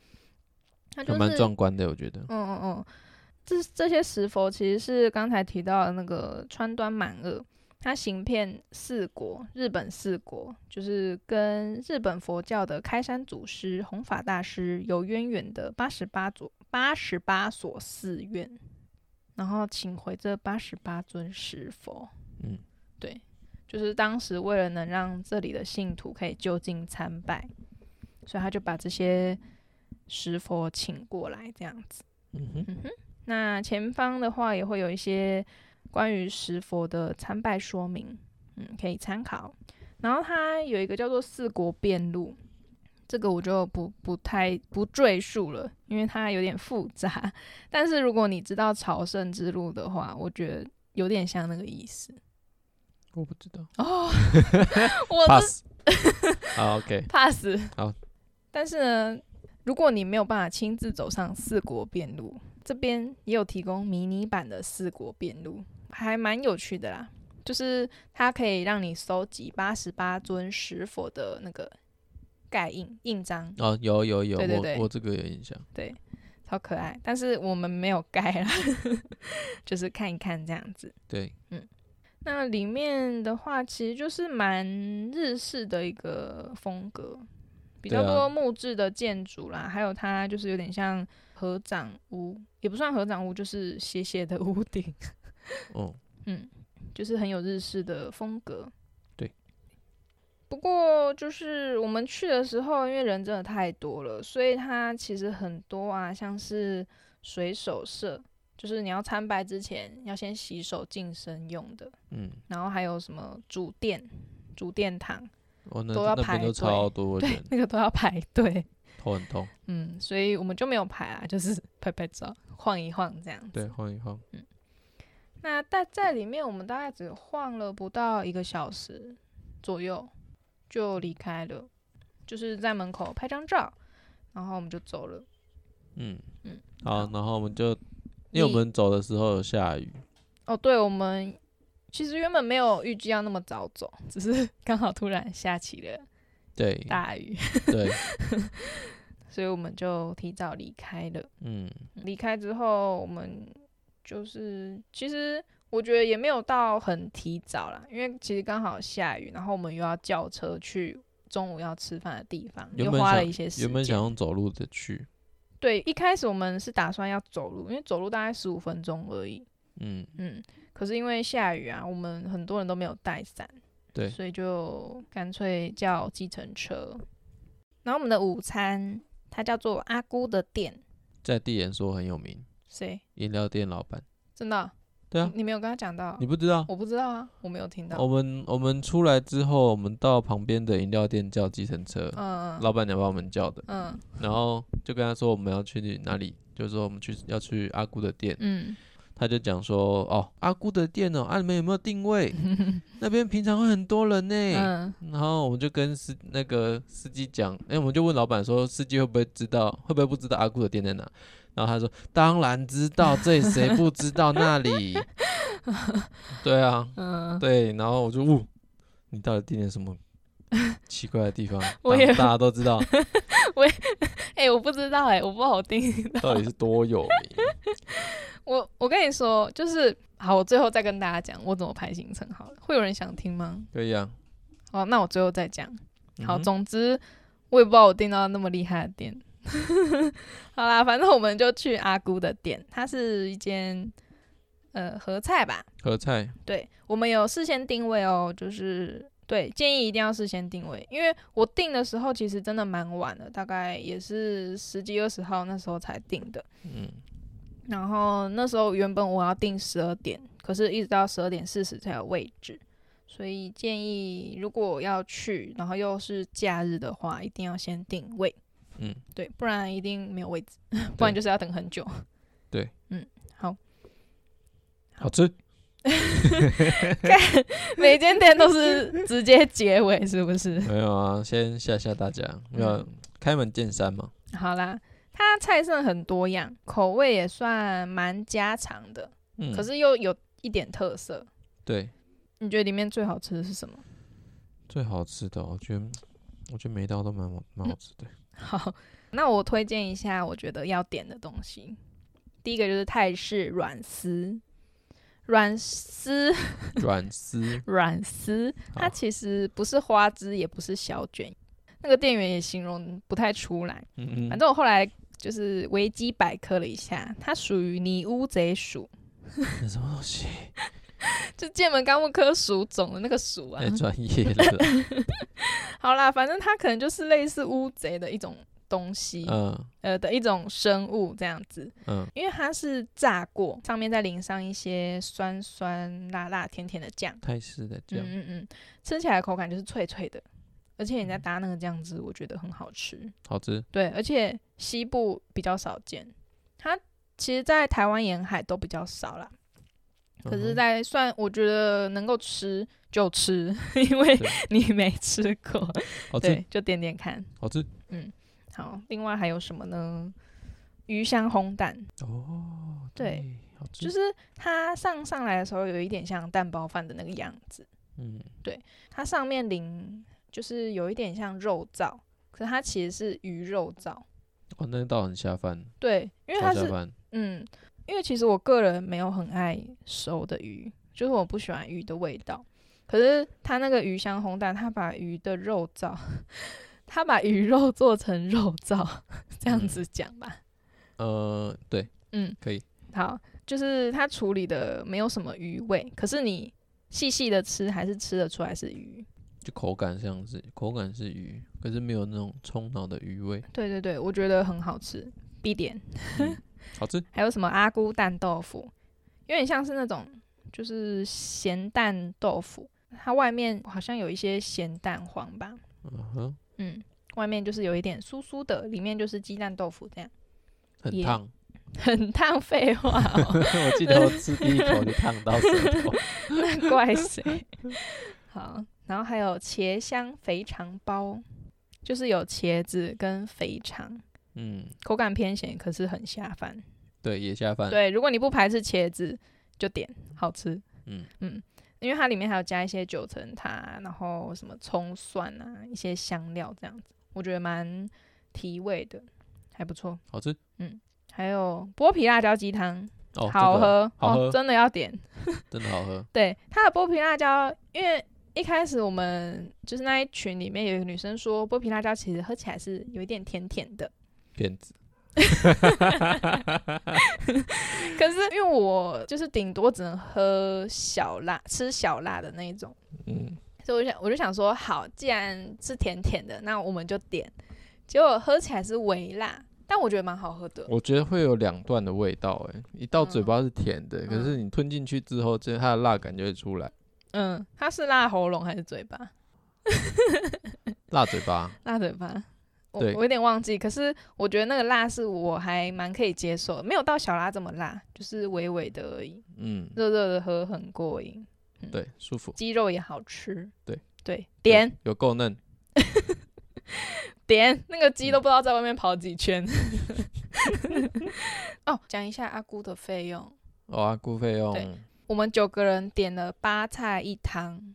[SPEAKER 1] 它就是
[SPEAKER 2] 还蛮壮观的，我觉得。
[SPEAKER 1] 嗯嗯嗯，这这些石佛其实是刚才提到的那个川端满二，他行遍四国，日本四国，就是跟日本佛教的开山祖师弘法大师有渊源的八十八座八十八所寺院，然后请回这八十八尊石佛。
[SPEAKER 2] 嗯，
[SPEAKER 1] 对，就是当时为了能让这里的信徒可以就近参拜，所以他就把这些石佛请过来，这样子。
[SPEAKER 2] 嗯哼，
[SPEAKER 1] 嗯哼，那前方的话也会有一些关于石佛的参拜说明，嗯，可以参考。然后它有一个叫做四国遍路，这个我就不不太不赘述了，因为它有点复杂。但是如果你知道朝圣之路的话，我觉得有点像那个意思。
[SPEAKER 2] 我不知道。
[SPEAKER 1] 哦， 我呃是
[SPEAKER 2] Pass。好，OK，
[SPEAKER 1] pass。
[SPEAKER 2] 好，
[SPEAKER 1] 但是呢，如果你没有办法亲自走上四国遍路，这边也有提供迷你版的四国遍路，还蛮有趣的啦。就是它可以让你收集八十八尊石佛的那个盖印印章，
[SPEAKER 2] 哦，有有有，
[SPEAKER 1] 对对对
[SPEAKER 2] 我我这个有印象。
[SPEAKER 1] 超可爱。但是我们没有盖啦， 就是看一看这样子。
[SPEAKER 2] 对，
[SPEAKER 1] 那里面的话，其实就是蛮日式的一个风格，比较
[SPEAKER 2] 对啊
[SPEAKER 1] 多木质的建筑啦，还有它就是有点像合掌屋，也不算合掌屋，就是斜斜的屋顶，
[SPEAKER 2] 哦，
[SPEAKER 1] 嗯，就是很有日式的风格。
[SPEAKER 2] 对。
[SPEAKER 1] 不过就是我们去的时候，因为人真的太多了，所以它其实很多啊，像是水手社，就是你要参拜之前要先洗手净身用的。
[SPEAKER 2] 嗯，
[SPEAKER 1] 然后还有什么主殿、主殿堂，
[SPEAKER 2] 哦，那
[SPEAKER 1] 都要
[SPEAKER 2] 那
[SPEAKER 1] 排
[SPEAKER 2] 边都
[SPEAKER 1] 队
[SPEAKER 2] 超多
[SPEAKER 1] 对
[SPEAKER 2] 人，，
[SPEAKER 1] 那个都要排队。
[SPEAKER 2] 头很痛。
[SPEAKER 1] 嗯，所以我们就没有排啊，就是 拍拍照、晃一晃这样
[SPEAKER 2] 对，
[SPEAKER 1] 子。
[SPEAKER 2] 晃一晃。
[SPEAKER 1] 那大在里面，我们大概只晃了不到一个小时左右就离开了，就是在门口拍张照，然后我们就走了。
[SPEAKER 2] 嗯
[SPEAKER 1] 嗯
[SPEAKER 2] 好，
[SPEAKER 1] 好
[SPEAKER 2] 然后我们就，因为我
[SPEAKER 1] 你
[SPEAKER 2] 们走的时候有下雨，
[SPEAKER 1] 哦，对，我们其实原本没有预计要那么早走，只是 刚好突然下起了
[SPEAKER 2] 嗯对
[SPEAKER 1] 大雨，
[SPEAKER 2] 对，
[SPEAKER 1] 所以我们就提早离开了。
[SPEAKER 2] 嗯，
[SPEAKER 1] 离开之后，我们就是其实我觉得也没有到很提早啦，因为其实刚好下雨，然后我们又要叫车去中午要吃饭的地方，
[SPEAKER 2] 原
[SPEAKER 1] 又
[SPEAKER 2] 本
[SPEAKER 1] 花了
[SPEAKER 2] 想
[SPEAKER 1] 一些时
[SPEAKER 2] 原本想
[SPEAKER 1] 间。
[SPEAKER 2] 用走路的去，
[SPEAKER 1] 对，一开始我们是打算要走路，因为走路大概十五分钟而已。
[SPEAKER 2] 嗯，
[SPEAKER 1] 嗯，可是因为下雨啊，我们很多人都没有带伞，
[SPEAKER 2] 对
[SPEAKER 1] 所以就干脆叫计程车。然后我们的午餐，它叫做阿姑的店，
[SPEAKER 2] 在地人说很有名，
[SPEAKER 1] 谁
[SPEAKER 2] 饮料店老板。
[SPEAKER 1] 真的？
[SPEAKER 2] 对啊
[SPEAKER 1] 你，你没有跟他讲到
[SPEAKER 2] 你？不知道？
[SPEAKER 1] 嗯我不知道啊，我没有听到。
[SPEAKER 2] 我们我们出来之后，我们到旁边的饮料店叫计程车，
[SPEAKER 1] 嗯
[SPEAKER 2] 老板娘帮我们叫的，
[SPEAKER 1] 嗯
[SPEAKER 2] 然后就跟他说我们要去哪里，就说我们去要去阿姑的店，
[SPEAKER 1] 嗯
[SPEAKER 2] 他就讲说哦阿姑的店哦，啊你们有没有 定位？那边平常会很多人呢。
[SPEAKER 1] 嗯
[SPEAKER 2] 然后我们就跟司那个司机讲，哎、我们就问老板说，司机会不会知道，会不会不知道阿姑的店在哪？然后他说，当然知道，这里谁不知道 那里？对啊，
[SPEAKER 1] 嗯，
[SPEAKER 2] 对，然后我就问，你到底订了什么奇怪的地方？
[SPEAKER 1] 我
[SPEAKER 2] 当
[SPEAKER 1] 也
[SPEAKER 2] 大家都知道
[SPEAKER 1] 哎、我不知道哎、我不好听。
[SPEAKER 2] 到底是多有名。
[SPEAKER 1] 我我跟你说，就是好，我最后再跟大家讲我怎么排行程好了，会有人想听吗？
[SPEAKER 2] 对呀、
[SPEAKER 1] 好，那我最后再讲。好，
[SPEAKER 2] 嗯哼
[SPEAKER 1] 总之我也不知道我订到那么厉害的店。 好啦，反正我们就去阿姑的店，它是一间呃合菜吧。
[SPEAKER 2] 合菜，
[SPEAKER 1] 对，我们有事先定位哦，就是对，建议一定要事先定位，因为我定的时候其实真的蛮晚的，大概也是十几二十号那时候才定的。
[SPEAKER 2] 嗯，
[SPEAKER 1] 然后那时候原本我要定十二点，可是一直到十二点四十才有位置，所以建议如果要去，然后又是假日的话，一定要先定位。
[SPEAKER 2] 嗯，
[SPEAKER 1] 对，不然一定没有位置， 不然就是要等很久。
[SPEAKER 2] 对，
[SPEAKER 1] 嗯，好，
[SPEAKER 2] 好吃。
[SPEAKER 1] 每间店都是直接结尾，是不是？
[SPEAKER 2] 没有啊，先吓吓大家，没有、啊
[SPEAKER 1] 嗯
[SPEAKER 2] 开门见山嘛。
[SPEAKER 1] 好啦，它菜色很多样，口味也算蛮家常的，
[SPEAKER 2] 嗯，
[SPEAKER 1] 可是又有一点特色。
[SPEAKER 2] 对，
[SPEAKER 1] 你觉得里面最好吃的是什么？
[SPEAKER 2] 最好吃的，我觉得，我觉得每一道都蛮好，蛮好吃的。
[SPEAKER 1] 好，那我推荐一下我觉得要点的东西。第一个就是泰式软丝，软丝
[SPEAKER 2] 软丝，
[SPEAKER 1] 软丝，它
[SPEAKER 2] 好
[SPEAKER 1] 其实不是花枝，也不是小卷，那个店员也形容不太出来。
[SPEAKER 2] 嗯
[SPEAKER 1] 反
[SPEAKER 2] 嗯，
[SPEAKER 1] 正我后来就是维基百科了一下，它属于拟乌贼属，
[SPEAKER 2] 那什么东西？
[SPEAKER 1] 就剑门纲目科属种的那个属啊
[SPEAKER 2] 太。专业了啦。
[SPEAKER 1] 好啦，反正它可能就是类似乌贼的一种东西，
[SPEAKER 2] 嗯
[SPEAKER 1] 呃的一种生物这样子。
[SPEAKER 2] 嗯
[SPEAKER 1] 因为它是炸过，上面再淋上一些酸酸辣辣甜甜的酱，
[SPEAKER 2] 泰式的
[SPEAKER 1] 嗯
[SPEAKER 2] 这样，
[SPEAKER 1] 嗯嗯，吃起来口感就是脆脆的，而且你
[SPEAKER 2] 嗯
[SPEAKER 1] 再搭那个酱汁，我觉得很好吃。
[SPEAKER 2] 好吃。
[SPEAKER 1] 对，而且西部比较少见，它其实，在台湾沿海都比较少啦。可是，
[SPEAKER 2] 嗯哼
[SPEAKER 1] 在算我觉得能够吃就吃， 因为
[SPEAKER 2] 对哦
[SPEAKER 1] 你没吃过，
[SPEAKER 2] 好吃，
[SPEAKER 1] 对，就点点看。
[SPEAKER 2] 好吃。
[SPEAKER 1] 好，另外还有什么呢？鱼香烘蛋，
[SPEAKER 2] 哦，
[SPEAKER 1] 对，
[SPEAKER 2] 好吃。
[SPEAKER 1] 就是它上上来的时候有一点像蛋包饭的那个样子，
[SPEAKER 2] 嗯，
[SPEAKER 1] 它上面淋就是有一点像肉燥，可是它其实是鱼肉燥。
[SPEAKER 2] 哦，那道很下饭，
[SPEAKER 1] 对，因为
[SPEAKER 2] 超
[SPEAKER 1] 它
[SPEAKER 2] 下
[SPEAKER 1] 是
[SPEAKER 2] 饭。
[SPEAKER 1] 嗯，因为其实我个人没有很爱熟的鱼，就是我不喜欢鱼的味道。可是它那个鱼香烘蛋，它把鱼的肉燥， 它把鱼肉做成肉燥，这样子讲吧。
[SPEAKER 2] 呃，对，
[SPEAKER 1] 嗯，
[SPEAKER 2] 嗯可以。
[SPEAKER 1] 好，就是它处理的没有什么鱼味，可是你细细的吃还是吃得出来是鱼。
[SPEAKER 2] 就口感像是口感是鱼，可是没有那种冲脑的鱼味，
[SPEAKER 1] 对对对，我觉得很好吃。必点
[SPEAKER 2] 好吃。
[SPEAKER 1] 还有什么阿姑蛋豆腐，有点像是那种就是咸蛋豆腐，它外面好像有一些咸蛋黄吧，
[SPEAKER 2] 嗯哼，
[SPEAKER 1] 嗯，外面就是有一点酥酥的，里面就是鸡蛋豆腐这样，
[SPEAKER 2] 很
[SPEAKER 1] 也
[SPEAKER 2] 烫，
[SPEAKER 1] 很烫废话、哦。
[SPEAKER 2] 我记得我吃第一口就烫到舌头。
[SPEAKER 1] 那怪谁？好，然后还有茄香肥肠包，就是有茄子跟肥肠，
[SPEAKER 2] 嗯，
[SPEAKER 1] 口感偏咸，可是很下饭。
[SPEAKER 2] 对，也下饭。
[SPEAKER 1] 对，如果你不排斥茄子，就点，好吃。
[SPEAKER 2] 嗯
[SPEAKER 1] 嗯，因为它里面还有加一些九层塔，然后什么葱蒜啊，一些香料这样子，我觉得蛮提味的，还不错。
[SPEAKER 2] 好吃。
[SPEAKER 1] 还有剥皮辣椒鸡汤，
[SPEAKER 2] 哦，
[SPEAKER 1] 好
[SPEAKER 2] 这个
[SPEAKER 1] 喝，
[SPEAKER 2] 好
[SPEAKER 1] 哦，
[SPEAKER 2] 喝，
[SPEAKER 1] 真的要点。
[SPEAKER 2] 真的好喝。
[SPEAKER 1] 对，它的剥皮辣椒，因为一开始我们就是那一群里面有一个女生说，剥皮辣椒其实喝起来是有一点甜甜的。
[SPEAKER 2] 骗子，
[SPEAKER 1] 可是因为我就是顶多只能喝小辣，吃小辣的那一种，
[SPEAKER 2] 嗯，
[SPEAKER 1] 所以我想我就想说，好，既然是甜甜的，那我们就点。结果喝起来是微辣，但我觉得蛮好喝的。
[SPEAKER 2] 我觉得会有两段的味道、欸，哎，一到
[SPEAKER 1] 嗯
[SPEAKER 2] 嘴巴是甜的，可是你吞进去之后，这它的辣感就会出来，
[SPEAKER 1] 嗯，它是辣喉咙还是嘴巴？
[SPEAKER 2] 辣嘴巴。
[SPEAKER 1] 辣嘴巴。我
[SPEAKER 2] 对
[SPEAKER 1] 我有点忘记，可是我觉得那个辣是我还蛮可以接受的，没有到小辣这么辣，就是微微的而已，
[SPEAKER 2] 嗯，
[SPEAKER 1] 热热的喝很过瘾，
[SPEAKER 2] 对，舒服，
[SPEAKER 1] 鸡肉也好吃。
[SPEAKER 2] 对
[SPEAKER 1] 对，点
[SPEAKER 2] 有有够嫩，
[SPEAKER 1] 点那个
[SPEAKER 2] 嗯
[SPEAKER 1] 鸡都不知道在外面跑几 圈。 哦，讲一下阿姑的费用，
[SPEAKER 2] 哇、哦，顾费
[SPEAKER 1] 对
[SPEAKER 2] 用
[SPEAKER 1] 我们九个人点了八菜一汤，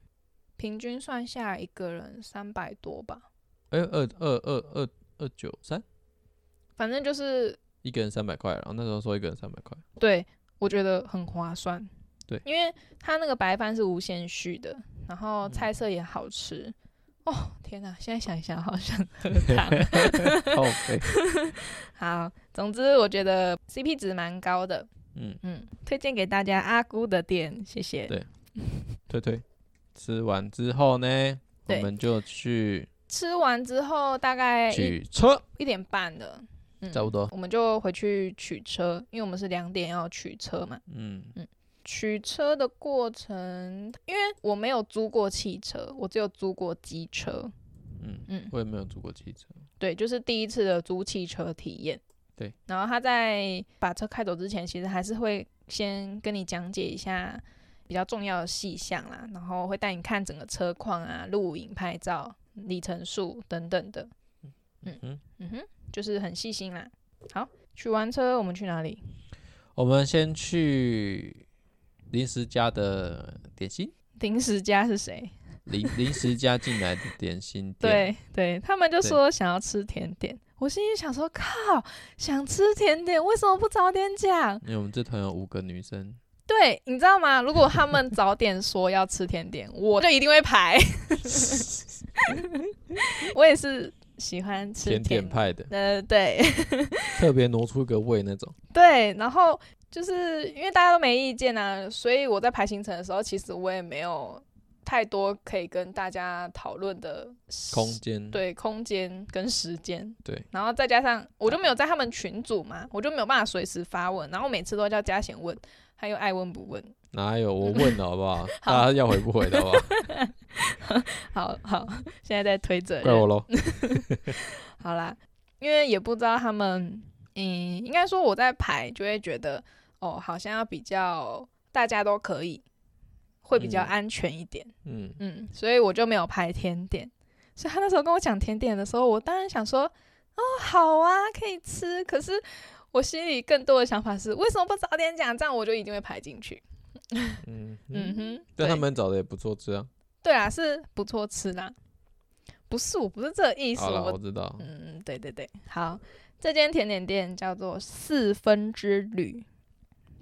[SPEAKER 1] 平均算下来一个人三百多吧，
[SPEAKER 2] 哎，二二二二二九三，
[SPEAKER 1] 反正就是
[SPEAKER 2] 一个人三百块，然后那时候说一个人三百块，
[SPEAKER 1] 对我觉得很划算。
[SPEAKER 2] 对嗯
[SPEAKER 1] 因为它那个白饭是无限续的，然后菜色也好吃。哦，天哪！现在想一想，好想喝汤。
[SPEAKER 2] 哦，对，
[SPEAKER 1] 好，总之我觉得 CP 值蛮高的，
[SPEAKER 2] 嗯，
[SPEAKER 1] 嗯，推荐给大家阿姑的店，谢谢。
[SPEAKER 2] 对推推，吃完之后呢，我
[SPEAKER 1] 对
[SPEAKER 2] 们就去
[SPEAKER 1] 吃完之后大概一
[SPEAKER 2] 取车，
[SPEAKER 1] 一点半了，嗯
[SPEAKER 2] 差不多
[SPEAKER 1] 我们就回去取车，因为我们是两点要取车嘛。
[SPEAKER 2] 嗯，
[SPEAKER 1] 取车的过程，因为我没有租过汽车，我只有租过机车。
[SPEAKER 2] 嗯，
[SPEAKER 1] 嗯，
[SPEAKER 2] 我也没有租过汽车，
[SPEAKER 1] 对，就是第一次的租汽车体验。
[SPEAKER 2] 对，
[SPEAKER 1] 然后他在把车开走之前，其实还是会先跟你讲解一下比较重要的细项啦，然后会带你看整个车况啊、录影、拍照、里程数等等的。
[SPEAKER 2] 嗯，
[SPEAKER 1] 嗯哼，就是很细心啦。好，取完车我们去哪里？
[SPEAKER 2] 我们先去临时家的点心，
[SPEAKER 1] 临时家是谁？
[SPEAKER 2] 临临时家进来的点心店，
[SPEAKER 1] 对对，他们就
[SPEAKER 2] 对
[SPEAKER 1] 说想要吃甜点，我心里想说靠，想吃甜点为什么不早点讲？
[SPEAKER 2] 因为我们这团有五个女生，
[SPEAKER 1] 对，你知道吗？如果他们早点说要吃甜点，我就一定会排。 我也是喜欢吃
[SPEAKER 2] 甜点。派的，
[SPEAKER 1] 呃，对
[SPEAKER 2] 特别挪出一个胃那 种，
[SPEAKER 1] 对，然后就是因为大家都没意见啊，所以我在排行程的时候，其实我也没有太多可以跟大家讨论的
[SPEAKER 2] 空间，
[SPEAKER 1] 对空间跟时间，
[SPEAKER 2] 嗯对，
[SPEAKER 1] 然后再加上我就没有在他们群组嘛，我就没有办法随时发问，然后每次都叫嘉贤问，他又爱问不问，
[SPEAKER 2] 哪有我问了好不 好？大家要回不回的 好不好？
[SPEAKER 1] 好好，现在在推责
[SPEAKER 2] 怪我
[SPEAKER 1] 任，
[SPEAKER 2] 喽。
[SPEAKER 1] 好啦，因为也不知道他们，嗯，应该说我在排就会觉得，哦，好像要比较大家都可以，会比较
[SPEAKER 2] 嗯
[SPEAKER 1] 安全一点，
[SPEAKER 2] 嗯，
[SPEAKER 1] 嗯，所以我就没有排甜点。所以他那时候跟我讲甜点的时候，我当然想说，哦，好啊，可以吃。可是我心里更多的想法是，为什么不早点讲？这样我就一定会排进去。
[SPEAKER 2] 嗯
[SPEAKER 1] 嗯
[SPEAKER 2] 嗯，
[SPEAKER 1] 哼，对
[SPEAKER 2] 但他们找的也不错吃啊。
[SPEAKER 1] 对啊，是不错吃啦。不是，我不是这个意思，
[SPEAKER 2] 好了，我
[SPEAKER 1] 我
[SPEAKER 2] 知道。
[SPEAKER 1] 嗯，对对对，好，这间甜点店叫做四分之旅。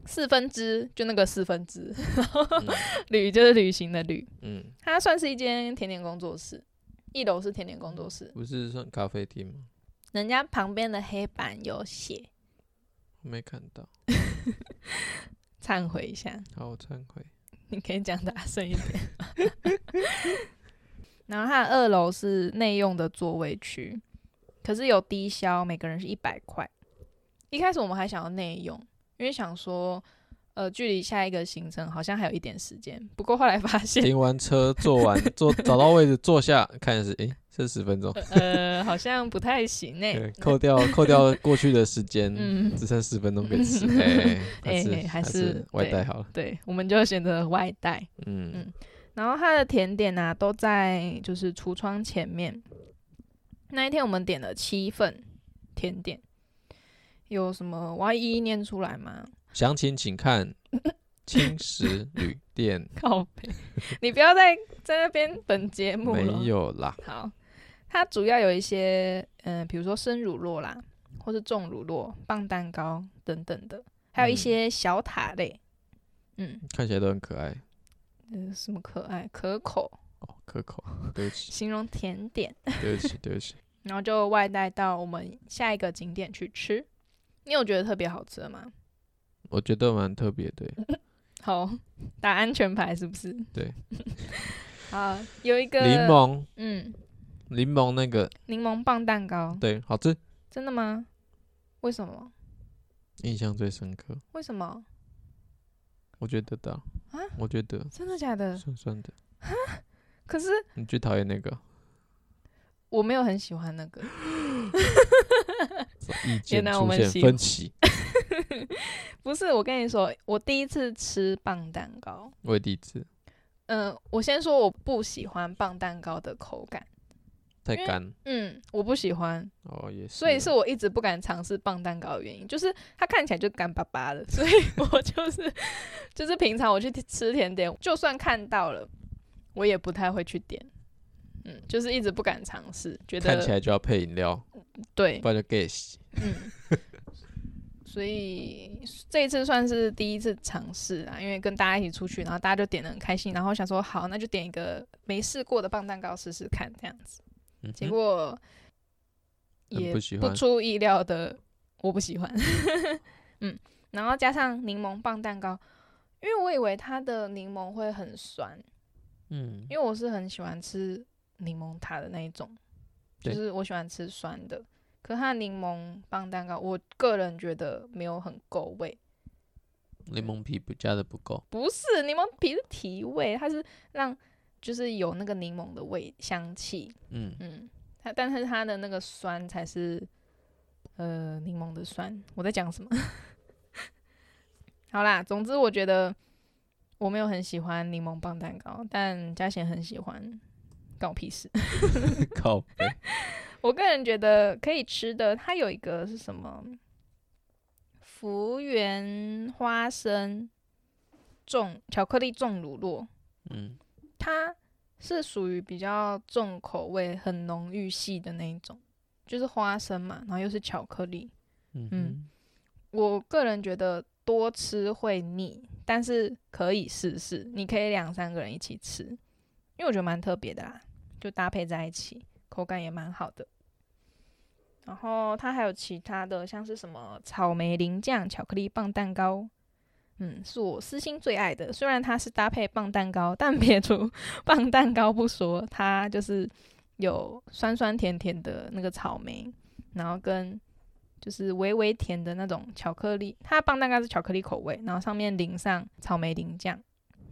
[SPEAKER 1] 四分之就那个四分之， 旅就是旅行的旅，
[SPEAKER 2] 嗯，
[SPEAKER 1] 它算是一间甜点工作室，一楼是甜点工作室，
[SPEAKER 2] 不是算咖啡厅吗？
[SPEAKER 1] 人家旁边的黑板有写，
[SPEAKER 2] 我没看到，
[SPEAKER 1] 忏悔一下，
[SPEAKER 2] 好，我忏悔。
[SPEAKER 1] 你可以讲大声一点。 然后它的二楼是内用的座位区，可是有低消，每个人是一百块。一开始我们还想要内用，因为想说，呃，距离下一个行程好像还有一点时间。不过后来发 现，
[SPEAKER 2] 停完车，坐完 坐，找到位置坐下，看是诶，是十分钟，
[SPEAKER 1] 呃，好像不太行呢、
[SPEAKER 2] 对扣 掉扣掉过去的时间，
[SPEAKER 1] 嗯，
[SPEAKER 2] 只剩十分钟可以吃。 哎，还
[SPEAKER 1] 哎
[SPEAKER 2] 是
[SPEAKER 1] 还
[SPEAKER 2] 还
[SPEAKER 1] 是
[SPEAKER 2] 是外
[SPEAKER 1] 对
[SPEAKER 2] 带好了。
[SPEAKER 1] 对，我们就选择外带。
[SPEAKER 2] 嗯
[SPEAKER 1] 嗯然后它的甜点呢、都在就是橱窗前面。那一天我们点了七份甜点，有什么我要一一念出来吗？
[SPEAKER 2] 详情请 看青石旅店。
[SPEAKER 1] 靠背， 你不要再在那边本节目了。
[SPEAKER 2] 没有啦，
[SPEAKER 1] 好，它主要有一些嗯、呃比如说生乳酪啦，或是重乳酪、棒蛋糕等等的，还有一
[SPEAKER 2] 嗯
[SPEAKER 1] 些小塔类，嗯，
[SPEAKER 2] 看起来都很可爱，
[SPEAKER 1] 呃什么可爱可口，
[SPEAKER 2] 哦，可口。对不 起，
[SPEAKER 1] 形容甜点。
[SPEAKER 2] 对不起，对不起。
[SPEAKER 1] 然后就外带到我们下一个景点去吃。你有觉得特别好吃的吗？
[SPEAKER 2] 我觉得蛮特别的欸，
[SPEAKER 1] 好，打安全牌是不是？
[SPEAKER 2] 对。
[SPEAKER 1] 好，有一个
[SPEAKER 2] 柠，檬
[SPEAKER 1] 嗯，
[SPEAKER 2] 柠檬那个
[SPEAKER 1] 柠檬棒蛋糕，
[SPEAKER 2] 对，好吃，
[SPEAKER 1] 真的吗？为什么？
[SPEAKER 2] 印象最深刻，
[SPEAKER 1] 为什么？
[SPEAKER 2] 我觉得的啊
[SPEAKER 1] 啊，
[SPEAKER 2] 我觉得
[SPEAKER 1] 真的假的？
[SPEAKER 2] 酸酸的，
[SPEAKER 1] 可是
[SPEAKER 2] 你最讨厌那个？
[SPEAKER 1] 我没有很喜欢那个，
[SPEAKER 2] 意见
[SPEAKER 1] 来我
[SPEAKER 2] 出
[SPEAKER 1] 们喜
[SPEAKER 2] 现分歧，
[SPEAKER 1] 不是我跟你说，我第一次吃棒蛋糕，
[SPEAKER 2] 我也第一次
[SPEAKER 1] 嗯、我先说我不喜欢棒蛋糕的口感，
[SPEAKER 2] 太
[SPEAKER 1] 因为
[SPEAKER 2] 干
[SPEAKER 1] 嗯，我不喜欢，
[SPEAKER 2] 哦，也是啊，
[SPEAKER 1] 所以是我一直不敢尝试棒蛋糕的原因，就是它看起来就干巴巴的， 所以我就是就是平常我去吃甜点，就算看到了，我也不太会去点，嗯，就是一直不敢尝试，觉
[SPEAKER 2] 看起
[SPEAKER 1] 得
[SPEAKER 2] 来就要配饮料，
[SPEAKER 1] 对
[SPEAKER 2] 不，然就 gas。
[SPEAKER 1] 嗯，所以这一次算是第一次尝试啦，因为跟大家一起出去，然后大家就点的很开心，然后想说好，那就点一个没试过的棒蛋糕试试看，这样子，
[SPEAKER 2] 嗯
[SPEAKER 1] 结
[SPEAKER 2] 哼
[SPEAKER 1] 果
[SPEAKER 2] 很
[SPEAKER 1] 也
[SPEAKER 2] 不喜
[SPEAKER 1] 不
[SPEAKER 2] 欢
[SPEAKER 1] 出意料的，我不喜欢。 嗯，然后加上柠檬棒蛋糕，因为我以为它的柠檬会很酸，
[SPEAKER 2] 嗯，
[SPEAKER 1] 因为我是很喜欢吃柠檬塔的那一种，就
[SPEAKER 2] 对
[SPEAKER 1] 是我喜欢吃酸的。可是它的柠檬棒蛋糕，我个人觉得没有很够味。
[SPEAKER 2] 柠檬皮不加的不够，
[SPEAKER 1] 不是柠檬皮是提味，它是让就是有那个柠檬的味香气。
[SPEAKER 2] 嗯，
[SPEAKER 1] 嗯，它但是它的那个酸才是呃柠檬的酸。我在讲什么？ 好啦，总之我觉得我没有很喜欢柠檬棒蛋糕，但嘉贤很喜欢，关我屁事。
[SPEAKER 2] 靠背，
[SPEAKER 1] 我个人觉得可以吃的，它有一个是什么？福源花生重巧克力重乳酪，
[SPEAKER 2] 嗯，
[SPEAKER 1] 它是属于比较重口味、很浓郁系的那一种，就是花生嘛，然后又是巧克力。
[SPEAKER 2] 嗯
[SPEAKER 1] 嗯
[SPEAKER 2] 哼，
[SPEAKER 1] 我个人觉得多吃会腻，但是可以试试，你可以两三个人一起吃，因为我觉得蛮特别的啦，就搭配在一起，口感也蛮好的。然后它还有其他的，像是什么草莓淋酱巧克力棒蛋糕，嗯，是我私心最爱的。虽然它是搭配棒蛋糕，但撇除 棒蛋糕不说，它就是有酸酸甜甜的那个草莓，然后跟就是微微甜的那种巧克力，它的棒蛋糕是巧克力口味，然后上面淋上草莓淋酱，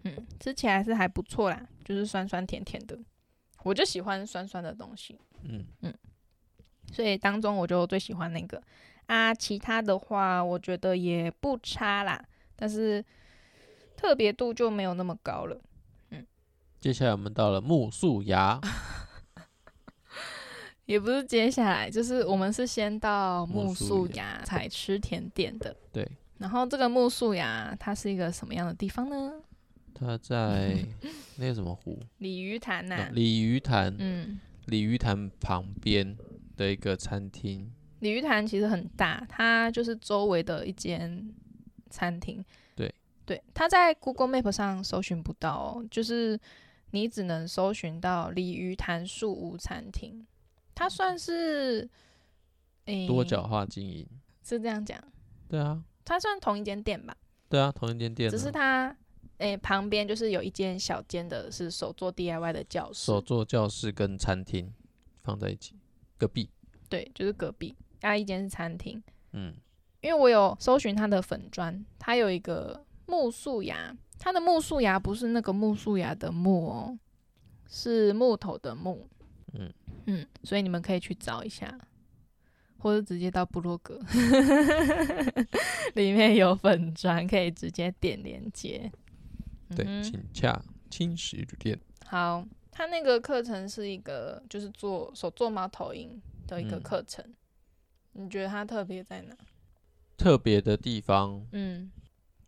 [SPEAKER 1] 嗯，吃起来是还不错啦，就是酸酸甜甜的，我就喜欢酸酸的东西，
[SPEAKER 2] 嗯，
[SPEAKER 1] 所以当中我就最喜欢那个啊，其他的话我觉得也不差啦，但是特别度就没有那么高了。
[SPEAKER 2] 接下来我们到了木树芽
[SPEAKER 1] 也不是接下来，就是我们是先到
[SPEAKER 2] 木
[SPEAKER 1] 木
[SPEAKER 2] 素
[SPEAKER 1] 素芽才吃甜点的。
[SPEAKER 2] 对。
[SPEAKER 1] 然后这个木素芽它是一个什么样的地方呢？
[SPEAKER 2] 它在 那个什么湖，
[SPEAKER 1] 鲤鱼潭呐、
[SPEAKER 2] 那哦鲤鱼潭，
[SPEAKER 1] 嗯，
[SPEAKER 2] 鲤鱼潭旁边的一个餐厅，
[SPEAKER 1] 鲤鱼潭其实很大，它就是周围的一间餐厅。
[SPEAKER 2] 对
[SPEAKER 1] 对，它在 Google Map 上搜寻不到哦，就是你只能搜寻到鲤鱼潭树屋餐厅。它算是，诶
[SPEAKER 2] 多角化经营。
[SPEAKER 1] 是这样讲，
[SPEAKER 2] 对啊，
[SPEAKER 1] 它算同一间店吧，
[SPEAKER 2] 对啊，同一间店啊，
[SPEAKER 1] 只是它诶、旁边就是有一间小间的是手做 DIY 的教室
[SPEAKER 2] 手，作教室跟餐厅放在一起，隔壁。
[SPEAKER 1] 对，就是隔壁，啊一间是餐厅，
[SPEAKER 2] 嗯，
[SPEAKER 1] 因为我有搜寻它的粉砖，它有一个木素芽，它的木素芽不是那个木素芽的木哦，是木头的木。
[SPEAKER 2] 嗯
[SPEAKER 1] 嗯，所以你们可以去找一下，或者直接到部落格， 里面有粉砖，可以直接点连接。
[SPEAKER 2] 对，
[SPEAKER 1] 嗯哼
[SPEAKER 2] 请洽青石酒店。
[SPEAKER 1] 好，他那个课程是一个就是做手做猫头鹰的一个
[SPEAKER 2] 嗯
[SPEAKER 1] 课程，你觉得它特别在哪？
[SPEAKER 2] 特别的地方，
[SPEAKER 1] 嗯，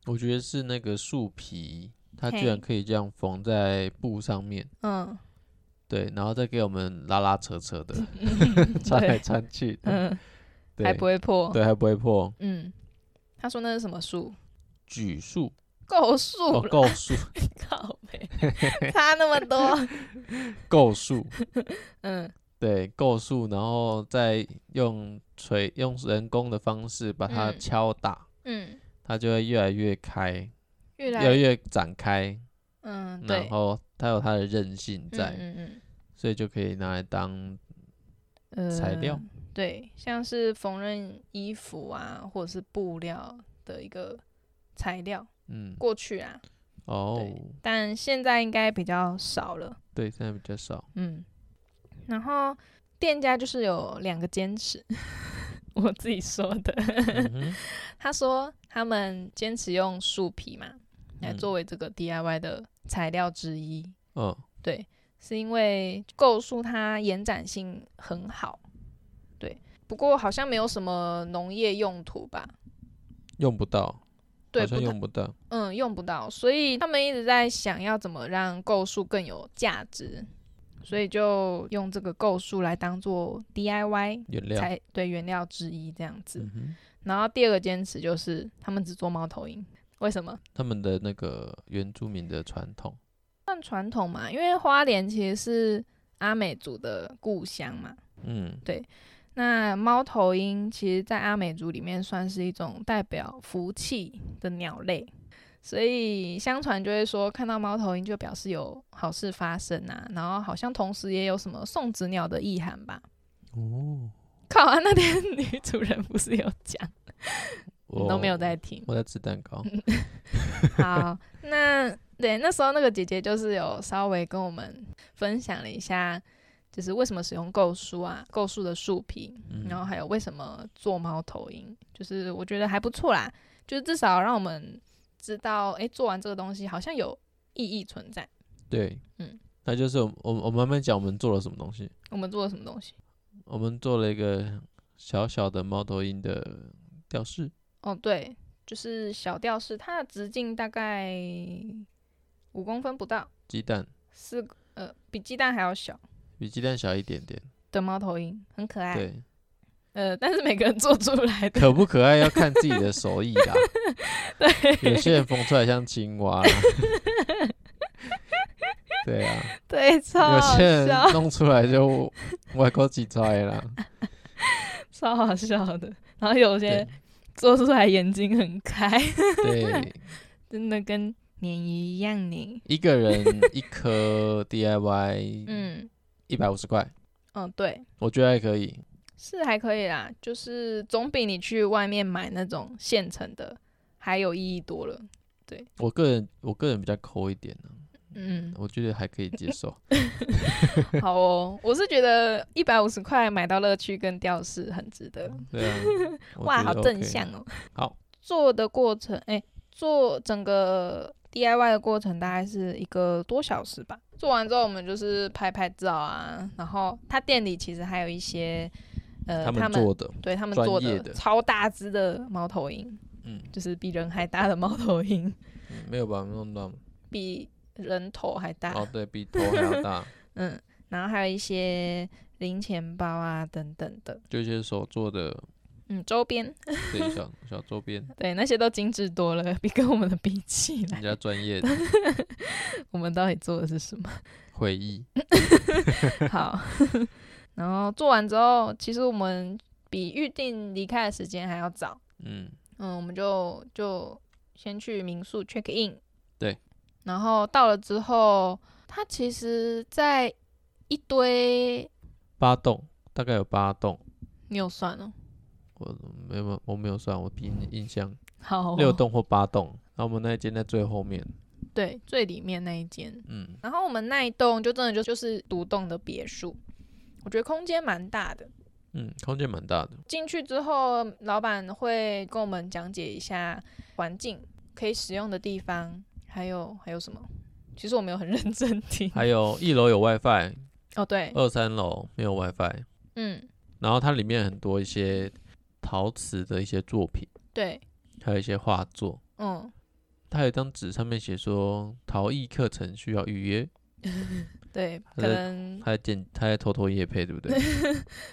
[SPEAKER 2] 我觉得是那个树皮，它居
[SPEAKER 1] 嘿
[SPEAKER 2] 然可以这样缝在布上面，
[SPEAKER 1] 嗯
[SPEAKER 2] 对，然后再给我们拉拉扯扯 的
[SPEAKER 1] 嗯，
[SPEAKER 2] 穿来
[SPEAKER 1] 对，
[SPEAKER 2] 穿去的，
[SPEAKER 1] 嗯，
[SPEAKER 2] 对，
[SPEAKER 1] 还不会破。
[SPEAKER 2] 对，还不会破。
[SPEAKER 1] 嗯，他说那是什么树？
[SPEAKER 2] 榉树
[SPEAKER 1] 构树
[SPEAKER 2] 哦，
[SPEAKER 1] 了，
[SPEAKER 2] 构树，
[SPEAKER 1] 靠北 差那么多。
[SPEAKER 2] 构树，
[SPEAKER 1] 嗯
[SPEAKER 2] 对，构树，然后再用锤用人工的方式把它
[SPEAKER 1] 嗯
[SPEAKER 2] 敲打，
[SPEAKER 1] 嗯，
[SPEAKER 2] 它就会越来越开，
[SPEAKER 1] 越
[SPEAKER 2] 越来
[SPEAKER 1] 来
[SPEAKER 2] 越展开，
[SPEAKER 1] 嗯
[SPEAKER 2] 然
[SPEAKER 1] 对，
[SPEAKER 2] 后它有它的韧性在，
[SPEAKER 1] 嗯嗯
[SPEAKER 2] 所以就可以拿来当
[SPEAKER 1] 嗯，呃
[SPEAKER 2] 材料。
[SPEAKER 1] 对，像是缝纫衣服啊，或者是布料的一个材料，
[SPEAKER 2] 嗯
[SPEAKER 1] 过去啊，
[SPEAKER 2] 哦，
[SPEAKER 1] 但现在应该比较少了。
[SPEAKER 2] 对，现在比较 少。
[SPEAKER 1] 嗯，然后店家就是有两个坚持， 我自己说的。
[SPEAKER 2] 嗯哼
[SPEAKER 1] 他说他们坚持用树皮嘛，来
[SPEAKER 2] 嗯
[SPEAKER 1] 作为这个 DIY 的材料之一。
[SPEAKER 2] 哦，
[SPEAKER 1] 对，是因为构树它延展性很好。对，不过好像没有什么农业用途吧？
[SPEAKER 2] 用不到，
[SPEAKER 1] 对，
[SPEAKER 2] 好
[SPEAKER 1] 不
[SPEAKER 2] 像
[SPEAKER 1] 太
[SPEAKER 2] 用不到。
[SPEAKER 1] 嗯，用不到，所以他们一直在想要怎么让构树更有价值，所以就用这个构树来当做 DIY
[SPEAKER 2] 原谅。
[SPEAKER 1] 材对原料之一这样子。
[SPEAKER 2] 嗯哼，
[SPEAKER 1] 然后第二个坚持就是他们只做猫头鹰，为什么？
[SPEAKER 2] 他们的那个原住民的传统，
[SPEAKER 1] 算传统嘛，因为花莲其实是阿美族的故乡嘛。
[SPEAKER 2] 嗯，
[SPEAKER 1] 那猫头鹰其实，在阿美族里面算是一种代表福气的鸟类，所以相传就会说，看到猫头鹰就表示有好事发生啊，然后好像同时也有什么送子鸟的意涵吧。
[SPEAKER 2] 哦，
[SPEAKER 1] 靠啊，那天女主人不是有讲，你
[SPEAKER 2] 我
[SPEAKER 1] 都没有在，听。
[SPEAKER 2] 我在吃蛋 糕。
[SPEAKER 1] 好，那对那时候那个姐姐就是有稍微跟我们分享了一下，就是为什么使用构树啊，构树的树皮，
[SPEAKER 2] 嗯
[SPEAKER 1] 然后还有为什么做猫头鹰，就是我觉得还不错啦，就是至少让我们知道，诶，做完这个东西好像有意义存在。
[SPEAKER 2] 对，
[SPEAKER 1] 嗯，
[SPEAKER 2] 那就是我们我们我们慢慢讲，我们做了什么东西。
[SPEAKER 1] 我们做了什么东西？
[SPEAKER 2] 我们做了一个小小的猫头鹰的吊饰，
[SPEAKER 1] 哦，对，就是小吊饰，它的直径大概五公分不到，
[SPEAKER 2] 鸡蛋
[SPEAKER 1] 四呃比鸡蛋还要小
[SPEAKER 2] 比鸡蛋小一点点，
[SPEAKER 1] 的猫头鹰，很可爱。
[SPEAKER 2] 对，
[SPEAKER 1] 呃，但是每个人做出来的
[SPEAKER 2] 可不可爱要看自己的手 艺啦。对，有些人缝出来像青蛙啦。对啊，
[SPEAKER 1] 对，超
[SPEAKER 2] 有
[SPEAKER 1] 好
[SPEAKER 2] 些人
[SPEAKER 1] 笑，
[SPEAKER 2] 弄出来就外国几拽啦。
[SPEAKER 1] 超好笑的。然后有些
[SPEAKER 2] 对
[SPEAKER 1] 做出来眼睛很开，
[SPEAKER 2] 对，
[SPEAKER 1] 真的跟鲶鱼一样呢。
[SPEAKER 2] 一个人一颗 DIY
[SPEAKER 1] 嗯，
[SPEAKER 2] 一百五十块，
[SPEAKER 1] 哦，对，
[SPEAKER 2] 我觉得还可以。
[SPEAKER 1] 是还可以啦，就是总比你去外面买那种现成的还有意义多了。
[SPEAKER 2] 我个人我个人比较抠一点呢、，
[SPEAKER 1] 嗯
[SPEAKER 2] 我觉得还可以 接受。
[SPEAKER 1] 好哦，我是觉得一百五十块买到乐趣跟吊饰很值得。
[SPEAKER 2] 对啊，我
[SPEAKER 1] 哇，
[SPEAKER 2] 觉
[SPEAKER 1] 好
[SPEAKER 2] 得
[SPEAKER 1] 正
[SPEAKER 2] OK
[SPEAKER 1] 向。哦。
[SPEAKER 2] 好，
[SPEAKER 1] 做的过程，哎、做整个 DIY 的过程大概是一个多小时吧。做完之后，我们就是拍拍照啊，然后他店里其实还有一些，呃，
[SPEAKER 2] 他
[SPEAKER 1] 他
[SPEAKER 2] 们做的，
[SPEAKER 1] 对他们
[SPEAKER 2] 专
[SPEAKER 1] 做
[SPEAKER 2] 业
[SPEAKER 1] 的
[SPEAKER 2] 的
[SPEAKER 1] 超大只的猫头鹰，
[SPEAKER 2] 嗯，
[SPEAKER 1] 就是比人还大的猫头鹰，
[SPEAKER 2] 嗯没有把我们弄到。
[SPEAKER 1] 比人头还大。
[SPEAKER 2] 哦，对比头还要大，
[SPEAKER 1] 嗯，然后还有一些零钱包啊等等的，
[SPEAKER 2] 就一些手做的
[SPEAKER 1] 嗯，周边，
[SPEAKER 2] 对 小小周边，
[SPEAKER 1] 对那些都精致多了， 比跟我们的比起来
[SPEAKER 2] 人， 家专业的
[SPEAKER 1] 我们到底做的是什么？
[SPEAKER 2] 回忆。
[SPEAKER 1] 好， 然后做完之后，其实我们比预定离开的时间还要早。
[SPEAKER 2] 嗯，
[SPEAKER 1] 嗯，我们就就先去民宿 check in。
[SPEAKER 2] 对。
[SPEAKER 1] 然后到了之后，它其实，在一堆
[SPEAKER 2] 八栋大概有八栋，
[SPEAKER 1] 你有算哦？
[SPEAKER 2] 我没有我没有算，我凭印象
[SPEAKER 1] 好哦
[SPEAKER 2] 六栋或八栋。然后我们那一间在最后面，
[SPEAKER 1] 对，最里面那一间。
[SPEAKER 2] 嗯，
[SPEAKER 1] 然后我们那一栋就真的就就是独栋的别墅，我觉得空间蛮大的。
[SPEAKER 2] 嗯，空间蛮大的。
[SPEAKER 1] 进去之后，老板会跟我们讲解一下环境可以使用的地方，还有还有什么。其实我没有很认真听。
[SPEAKER 2] 还有呃一楼有 WiFi，
[SPEAKER 1] 哦，对，
[SPEAKER 2] 二三楼没有 WiFi。
[SPEAKER 1] 嗯，
[SPEAKER 2] 然后它里面很多一些陶瓷的一些作品，
[SPEAKER 1] 对，
[SPEAKER 2] 还有一些画作。
[SPEAKER 1] 嗯，
[SPEAKER 2] 它有一张纸上面写说陶艺课程需要预约，
[SPEAKER 1] 对，
[SPEAKER 2] 他
[SPEAKER 1] 可
[SPEAKER 2] 在
[SPEAKER 1] 能
[SPEAKER 2] 他在剪他在偷偷夜配，对 不对？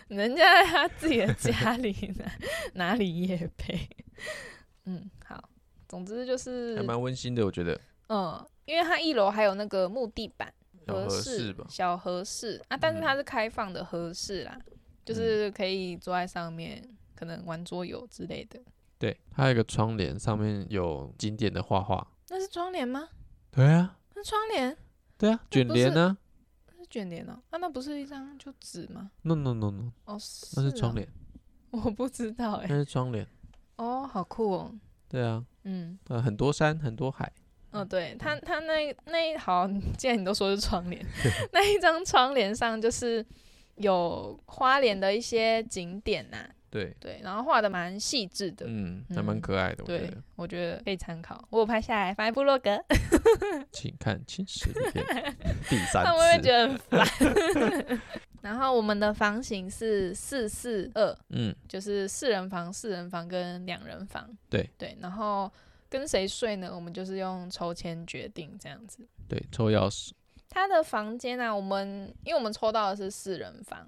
[SPEAKER 1] 人家在他自己的家里呢，哪里也配。嗯，好，总之就是
[SPEAKER 2] 还，蛮温馨的，我觉得。
[SPEAKER 1] 嗯，因为它一楼还有那个木地板
[SPEAKER 2] 小合适
[SPEAKER 1] 适
[SPEAKER 2] 吧，
[SPEAKER 1] 小合适啊，但是
[SPEAKER 2] 嗯
[SPEAKER 1] 它是开放的合适啦，就是可以坐在上面，可能玩桌游之类的。
[SPEAKER 2] 对，它有一个窗帘，上面有经典的画画。
[SPEAKER 1] 那是窗帘吗？
[SPEAKER 2] 对啊，
[SPEAKER 1] 那窗帘
[SPEAKER 2] 对啊，卷帘呢
[SPEAKER 1] 那是卷帘哦，啊，那不是一张就纸吗？
[SPEAKER 2] ？No No No No，
[SPEAKER 1] 哦，是
[SPEAKER 2] 那是
[SPEAKER 1] 哦
[SPEAKER 2] 窗，帘，嗯
[SPEAKER 1] 我不知道哎、
[SPEAKER 2] 那是窗帘。
[SPEAKER 1] 哦，好酷哦，
[SPEAKER 2] 对啊，
[SPEAKER 1] 嗯。
[SPEAKER 2] 呃，很多山，很多海。
[SPEAKER 1] 哦，对
[SPEAKER 2] 嗯
[SPEAKER 1] 他，他那那一好，既然你都说是窗 帘，那一张窗帘上就是有花莲的一些景点呐、
[SPEAKER 2] 对，
[SPEAKER 1] 对，然后画的蛮细致的，
[SPEAKER 2] 嗯，还蛮
[SPEAKER 1] 嗯
[SPEAKER 2] 可爱的，我觉
[SPEAKER 1] 对
[SPEAKER 2] 得。，
[SPEAKER 1] 我觉得可以参考，我有拍下来放在部落格，
[SPEAKER 2] 请看《青石影片》第
[SPEAKER 1] 那我会觉
[SPEAKER 2] 三次。
[SPEAKER 1] 得很烦。 然后我们的房型是四四二，
[SPEAKER 2] 嗯，
[SPEAKER 1] 就是四人房、四人房跟两人房。
[SPEAKER 2] 对
[SPEAKER 1] 对，然后跟谁睡呢？我们就是用抽签决定这样子。
[SPEAKER 2] 对，抽钥匙。
[SPEAKER 1] 他的房间啊，我们因为我们抽到的是四人房，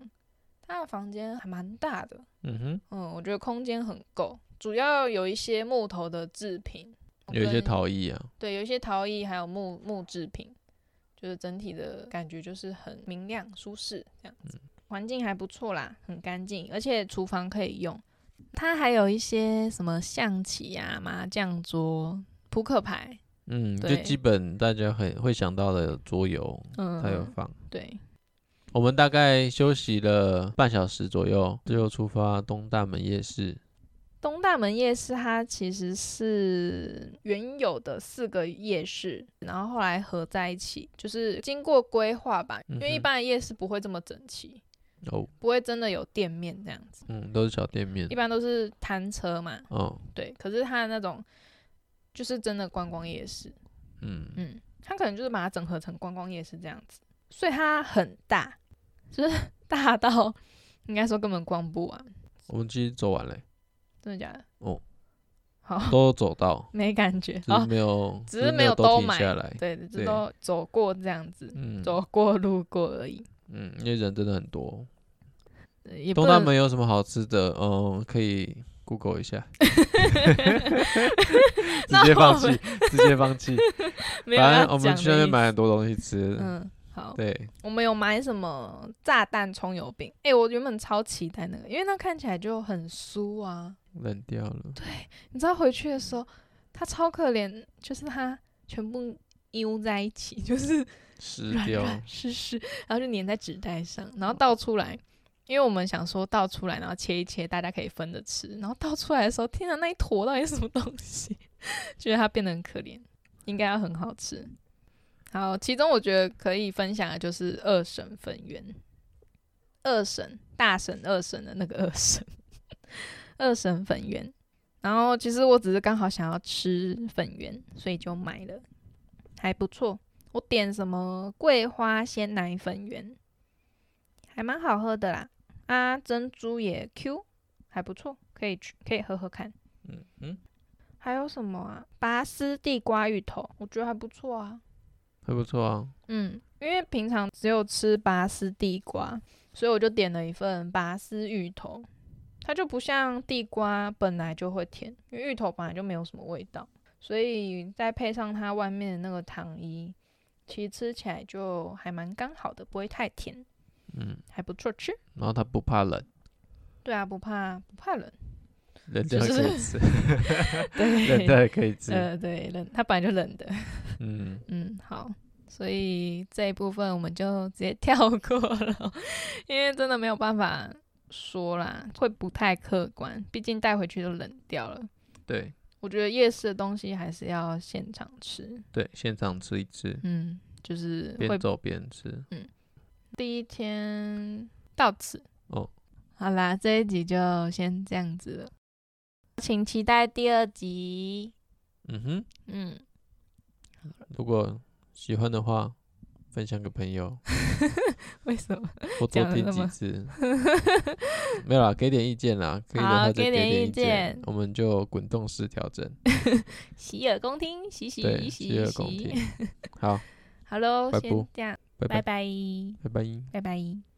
[SPEAKER 1] 他的房间还蛮大的，
[SPEAKER 2] 嗯哼，
[SPEAKER 1] 嗯，我觉得空间很够。主要有一些木头的制品，
[SPEAKER 2] 有一些
[SPEAKER 1] 跟
[SPEAKER 2] 陶艺啊，
[SPEAKER 1] 对，有一些陶艺，还有木木制品，就是整体的感觉就是很明亮、舒适这样子，
[SPEAKER 2] 嗯
[SPEAKER 1] 环境还不错啦，很干净，而且厨房可以用。它还有一些什么象棋啊、麻将桌、扑克牌，
[SPEAKER 2] 嗯，就
[SPEAKER 1] 对
[SPEAKER 2] 基本大家很会想到的桌游，它有
[SPEAKER 1] 嗯，
[SPEAKER 2] 放。
[SPEAKER 1] 对，
[SPEAKER 2] 我们大概休息了半小时左右，最后出发东大门夜市。
[SPEAKER 1] 东大门夜市它其实是原有的四个夜市，然后后来合在一起，就是经过规划吧，因为
[SPEAKER 2] 嗯
[SPEAKER 1] 一
[SPEAKER 2] 哼
[SPEAKER 1] 般的夜市不会这么整齐，
[SPEAKER 2] 哦，
[SPEAKER 1] 不会真的有店面这样子，
[SPEAKER 2] 嗯，都是小店面
[SPEAKER 1] 一。般都是摊车嘛，
[SPEAKER 2] 哦，
[SPEAKER 1] 对。可是它的那种就是真的观光夜市，
[SPEAKER 2] 嗯，
[SPEAKER 1] 嗯，它可能就是把它整合成观光夜市这样子，所以它很大，就是大到应该说根本逛不完，
[SPEAKER 2] 我们其实走完了欸，
[SPEAKER 1] 真的假的？
[SPEAKER 2] 哦，
[SPEAKER 1] 好，
[SPEAKER 2] 都走到，
[SPEAKER 1] 没感觉
[SPEAKER 2] 只
[SPEAKER 1] 哦
[SPEAKER 2] 是。没有，
[SPEAKER 1] 只是没有
[SPEAKER 2] 都
[SPEAKER 1] 都
[SPEAKER 2] 停
[SPEAKER 1] 买
[SPEAKER 2] 下来。
[SPEAKER 1] 对，这
[SPEAKER 2] 对
[SPEAKER 1] 都走过这样子，
[SPEAKER 2] 嗯，
[SPEAKER 1] 走过路过而已，
[SPEAKER 2] 嗯，因为人真的很多。
[SPEAKER 1] 呃也不
[SPEAKER 2] 东大
[SPEAKER 1] 能
[SPEAKER 2] 门有什么 好吃的？嗯，可以 Google 一下。直接放弃， 直接放弃。
[SPEAKER 1] 没有
[SPEAKER 2] 反
[SPEAKER 1] 要
[SPEAKER 2] 正我
[SPEAKER 1] 讲
[SPEAKER 2] 们去
[SPEAKER 1] 的
[SPEAKER 2] 那边
[SPEAKER 1] 意
[SPEAKER 2] 买
[SPEAKER 1] 思
[SPEAKER 2] 很多东西吃。
[SPEAKER 1] 嗯，好，
[SPEAKER 2] 对，
[SPEAKER 1] 我们有买什么炸弹葱油饼？哎、我原本超期待那个，因为那看起来就很酥啊。
[SPEAKER 2] 冷掉了。
[SPEAKER 1] 你知道回去的时候，它超可怜，就是它全部揪在一起，就是
[SPEAKER 2] 湿
[SPEAKER 1] 软
[SPEAKER 2] 掉。
[SPEAKER 1] 软湿湿，然后就粘在纸袋上，然后倒出来。因为我们想说倒出来，然后切一切，大家可以分着吃。然后倒出来的时候，天啊，那一坨到底是什么东西？ 觉得它变得很可怜，应该要很好吃。好，其中我觉得可以分享的就是二婶粉圆，二婶大婶二婶的那个二婶，二婶粉圆。然后其实我只是刚好想要吃粉圆，所以就买了，还不错。我点什么桂花鲜奶粉圆，还蛮好喝的啦。啊，珍珠也 Q，还不错，可以去可以喝喝看。
[SPEAKER 2] 嗯嗯，
[SPEAKER 1] 还有什么啊？拔丝地瓜芋头，我觉得还不错啊。
[SPEAKER 2] 还不错啊。
[SPEAKER 1] 嗯，因为平常只有吃拔丝地瓜，所以我就点了一份拔丝芋头。它就不像地瓜本来就会甜，因为芋头本来就没有什么味道，所以再配上它外面的那个糖衣，其实吃起来就还蛮刚好的，不会太甜，
[SPEAKER 2] 嗯，
[SPEAKER 1] 还不错吃。
[SPEAKER 2] 然后它不怕冷，
[SPEAKER 1] 对啊，不怕不怕冷。
[SPEAKER 2] 冷掉
[SPEAKER 1] 就
[SPEAKER 2] 也
[SPEAKER 1] 是
[SPEAKER 2] 可 以吃，冷
[SPEAKER 1] 对，
[SPEAKER 2] 掉也可以吃。
[SPEAKER 1] 呃，对，冷，它本来就冷的。
[SPEAKER 2] 嗯，
[SPEAKER 1] 嗯，好，所以这一部分我们就直接跳过了，因为真的没有办法说啦，会不太客观，毕竟带回去就冷掉了。
[SPEAKER 2] 对
[SPEAKER 1] 我觉得夜市的东西还是要现场吃，
[SPEAKER 2] 对，现场吃一吃，
[SPEAKER 1] 嗯，就是会
[SPEAKER 2] 边走边吃。
[SPEAKER 1] 第一天到此。
[SPEAKER 2] 哦，
[SPEAKER 1] 好啦，这一集就先这样子了，请期待第二集。
[SPEAKER 2] 嗯哼，
[SPEAKER 1] 嗯，
[SPEAKER 2] 如果喜欢的话，分享给 朋友，
[SPEAKER 1] 为什么？
[SPEAKER 2] 我多
[SPEAKER 1] 讲得
[SPEAKER 2] 听
[SPEAKER 1] 那
[SPEAKER 2] 几
[SPEAKER 1] 么
[SPEAKER 2] 次。没有啦，给点意见啦，可以的
[SPEAKER 1] 好啊
[SPEAKER 2] 话再
[SPEAKER 1] 给
[SPEAKER 2] 给
[SPEAKER 1] 点意
[SPEAKER 2] 意见
[SPEAKER 1] 见，
[SPEAKER 2] 我们就滚动式调整，
[SPEAKER 1] 洗耳恭听，洗洗
[SPEAKER 2] 对，
[SPEAKER 1] 洗
[SPEAKER 2] 洗耳恭
[SPEAKER 1] 洗
[SPEAKER 2] 听。好，
[SPEAKER 1] 好喽，
[SPEAKER 2] 拜
[SPEAKER 1] 先
[SPEAKER 2] 拜
[SPEAKER 1] 这样，
[SPEAKER 2] 拜
[SPEAKER 1] 拜
[SPEAKER 2] 拜，
[SPEAKER 1] 拜，
[SPEAKER 2] 拜拜。
[SPEAKER 1] 拜拜。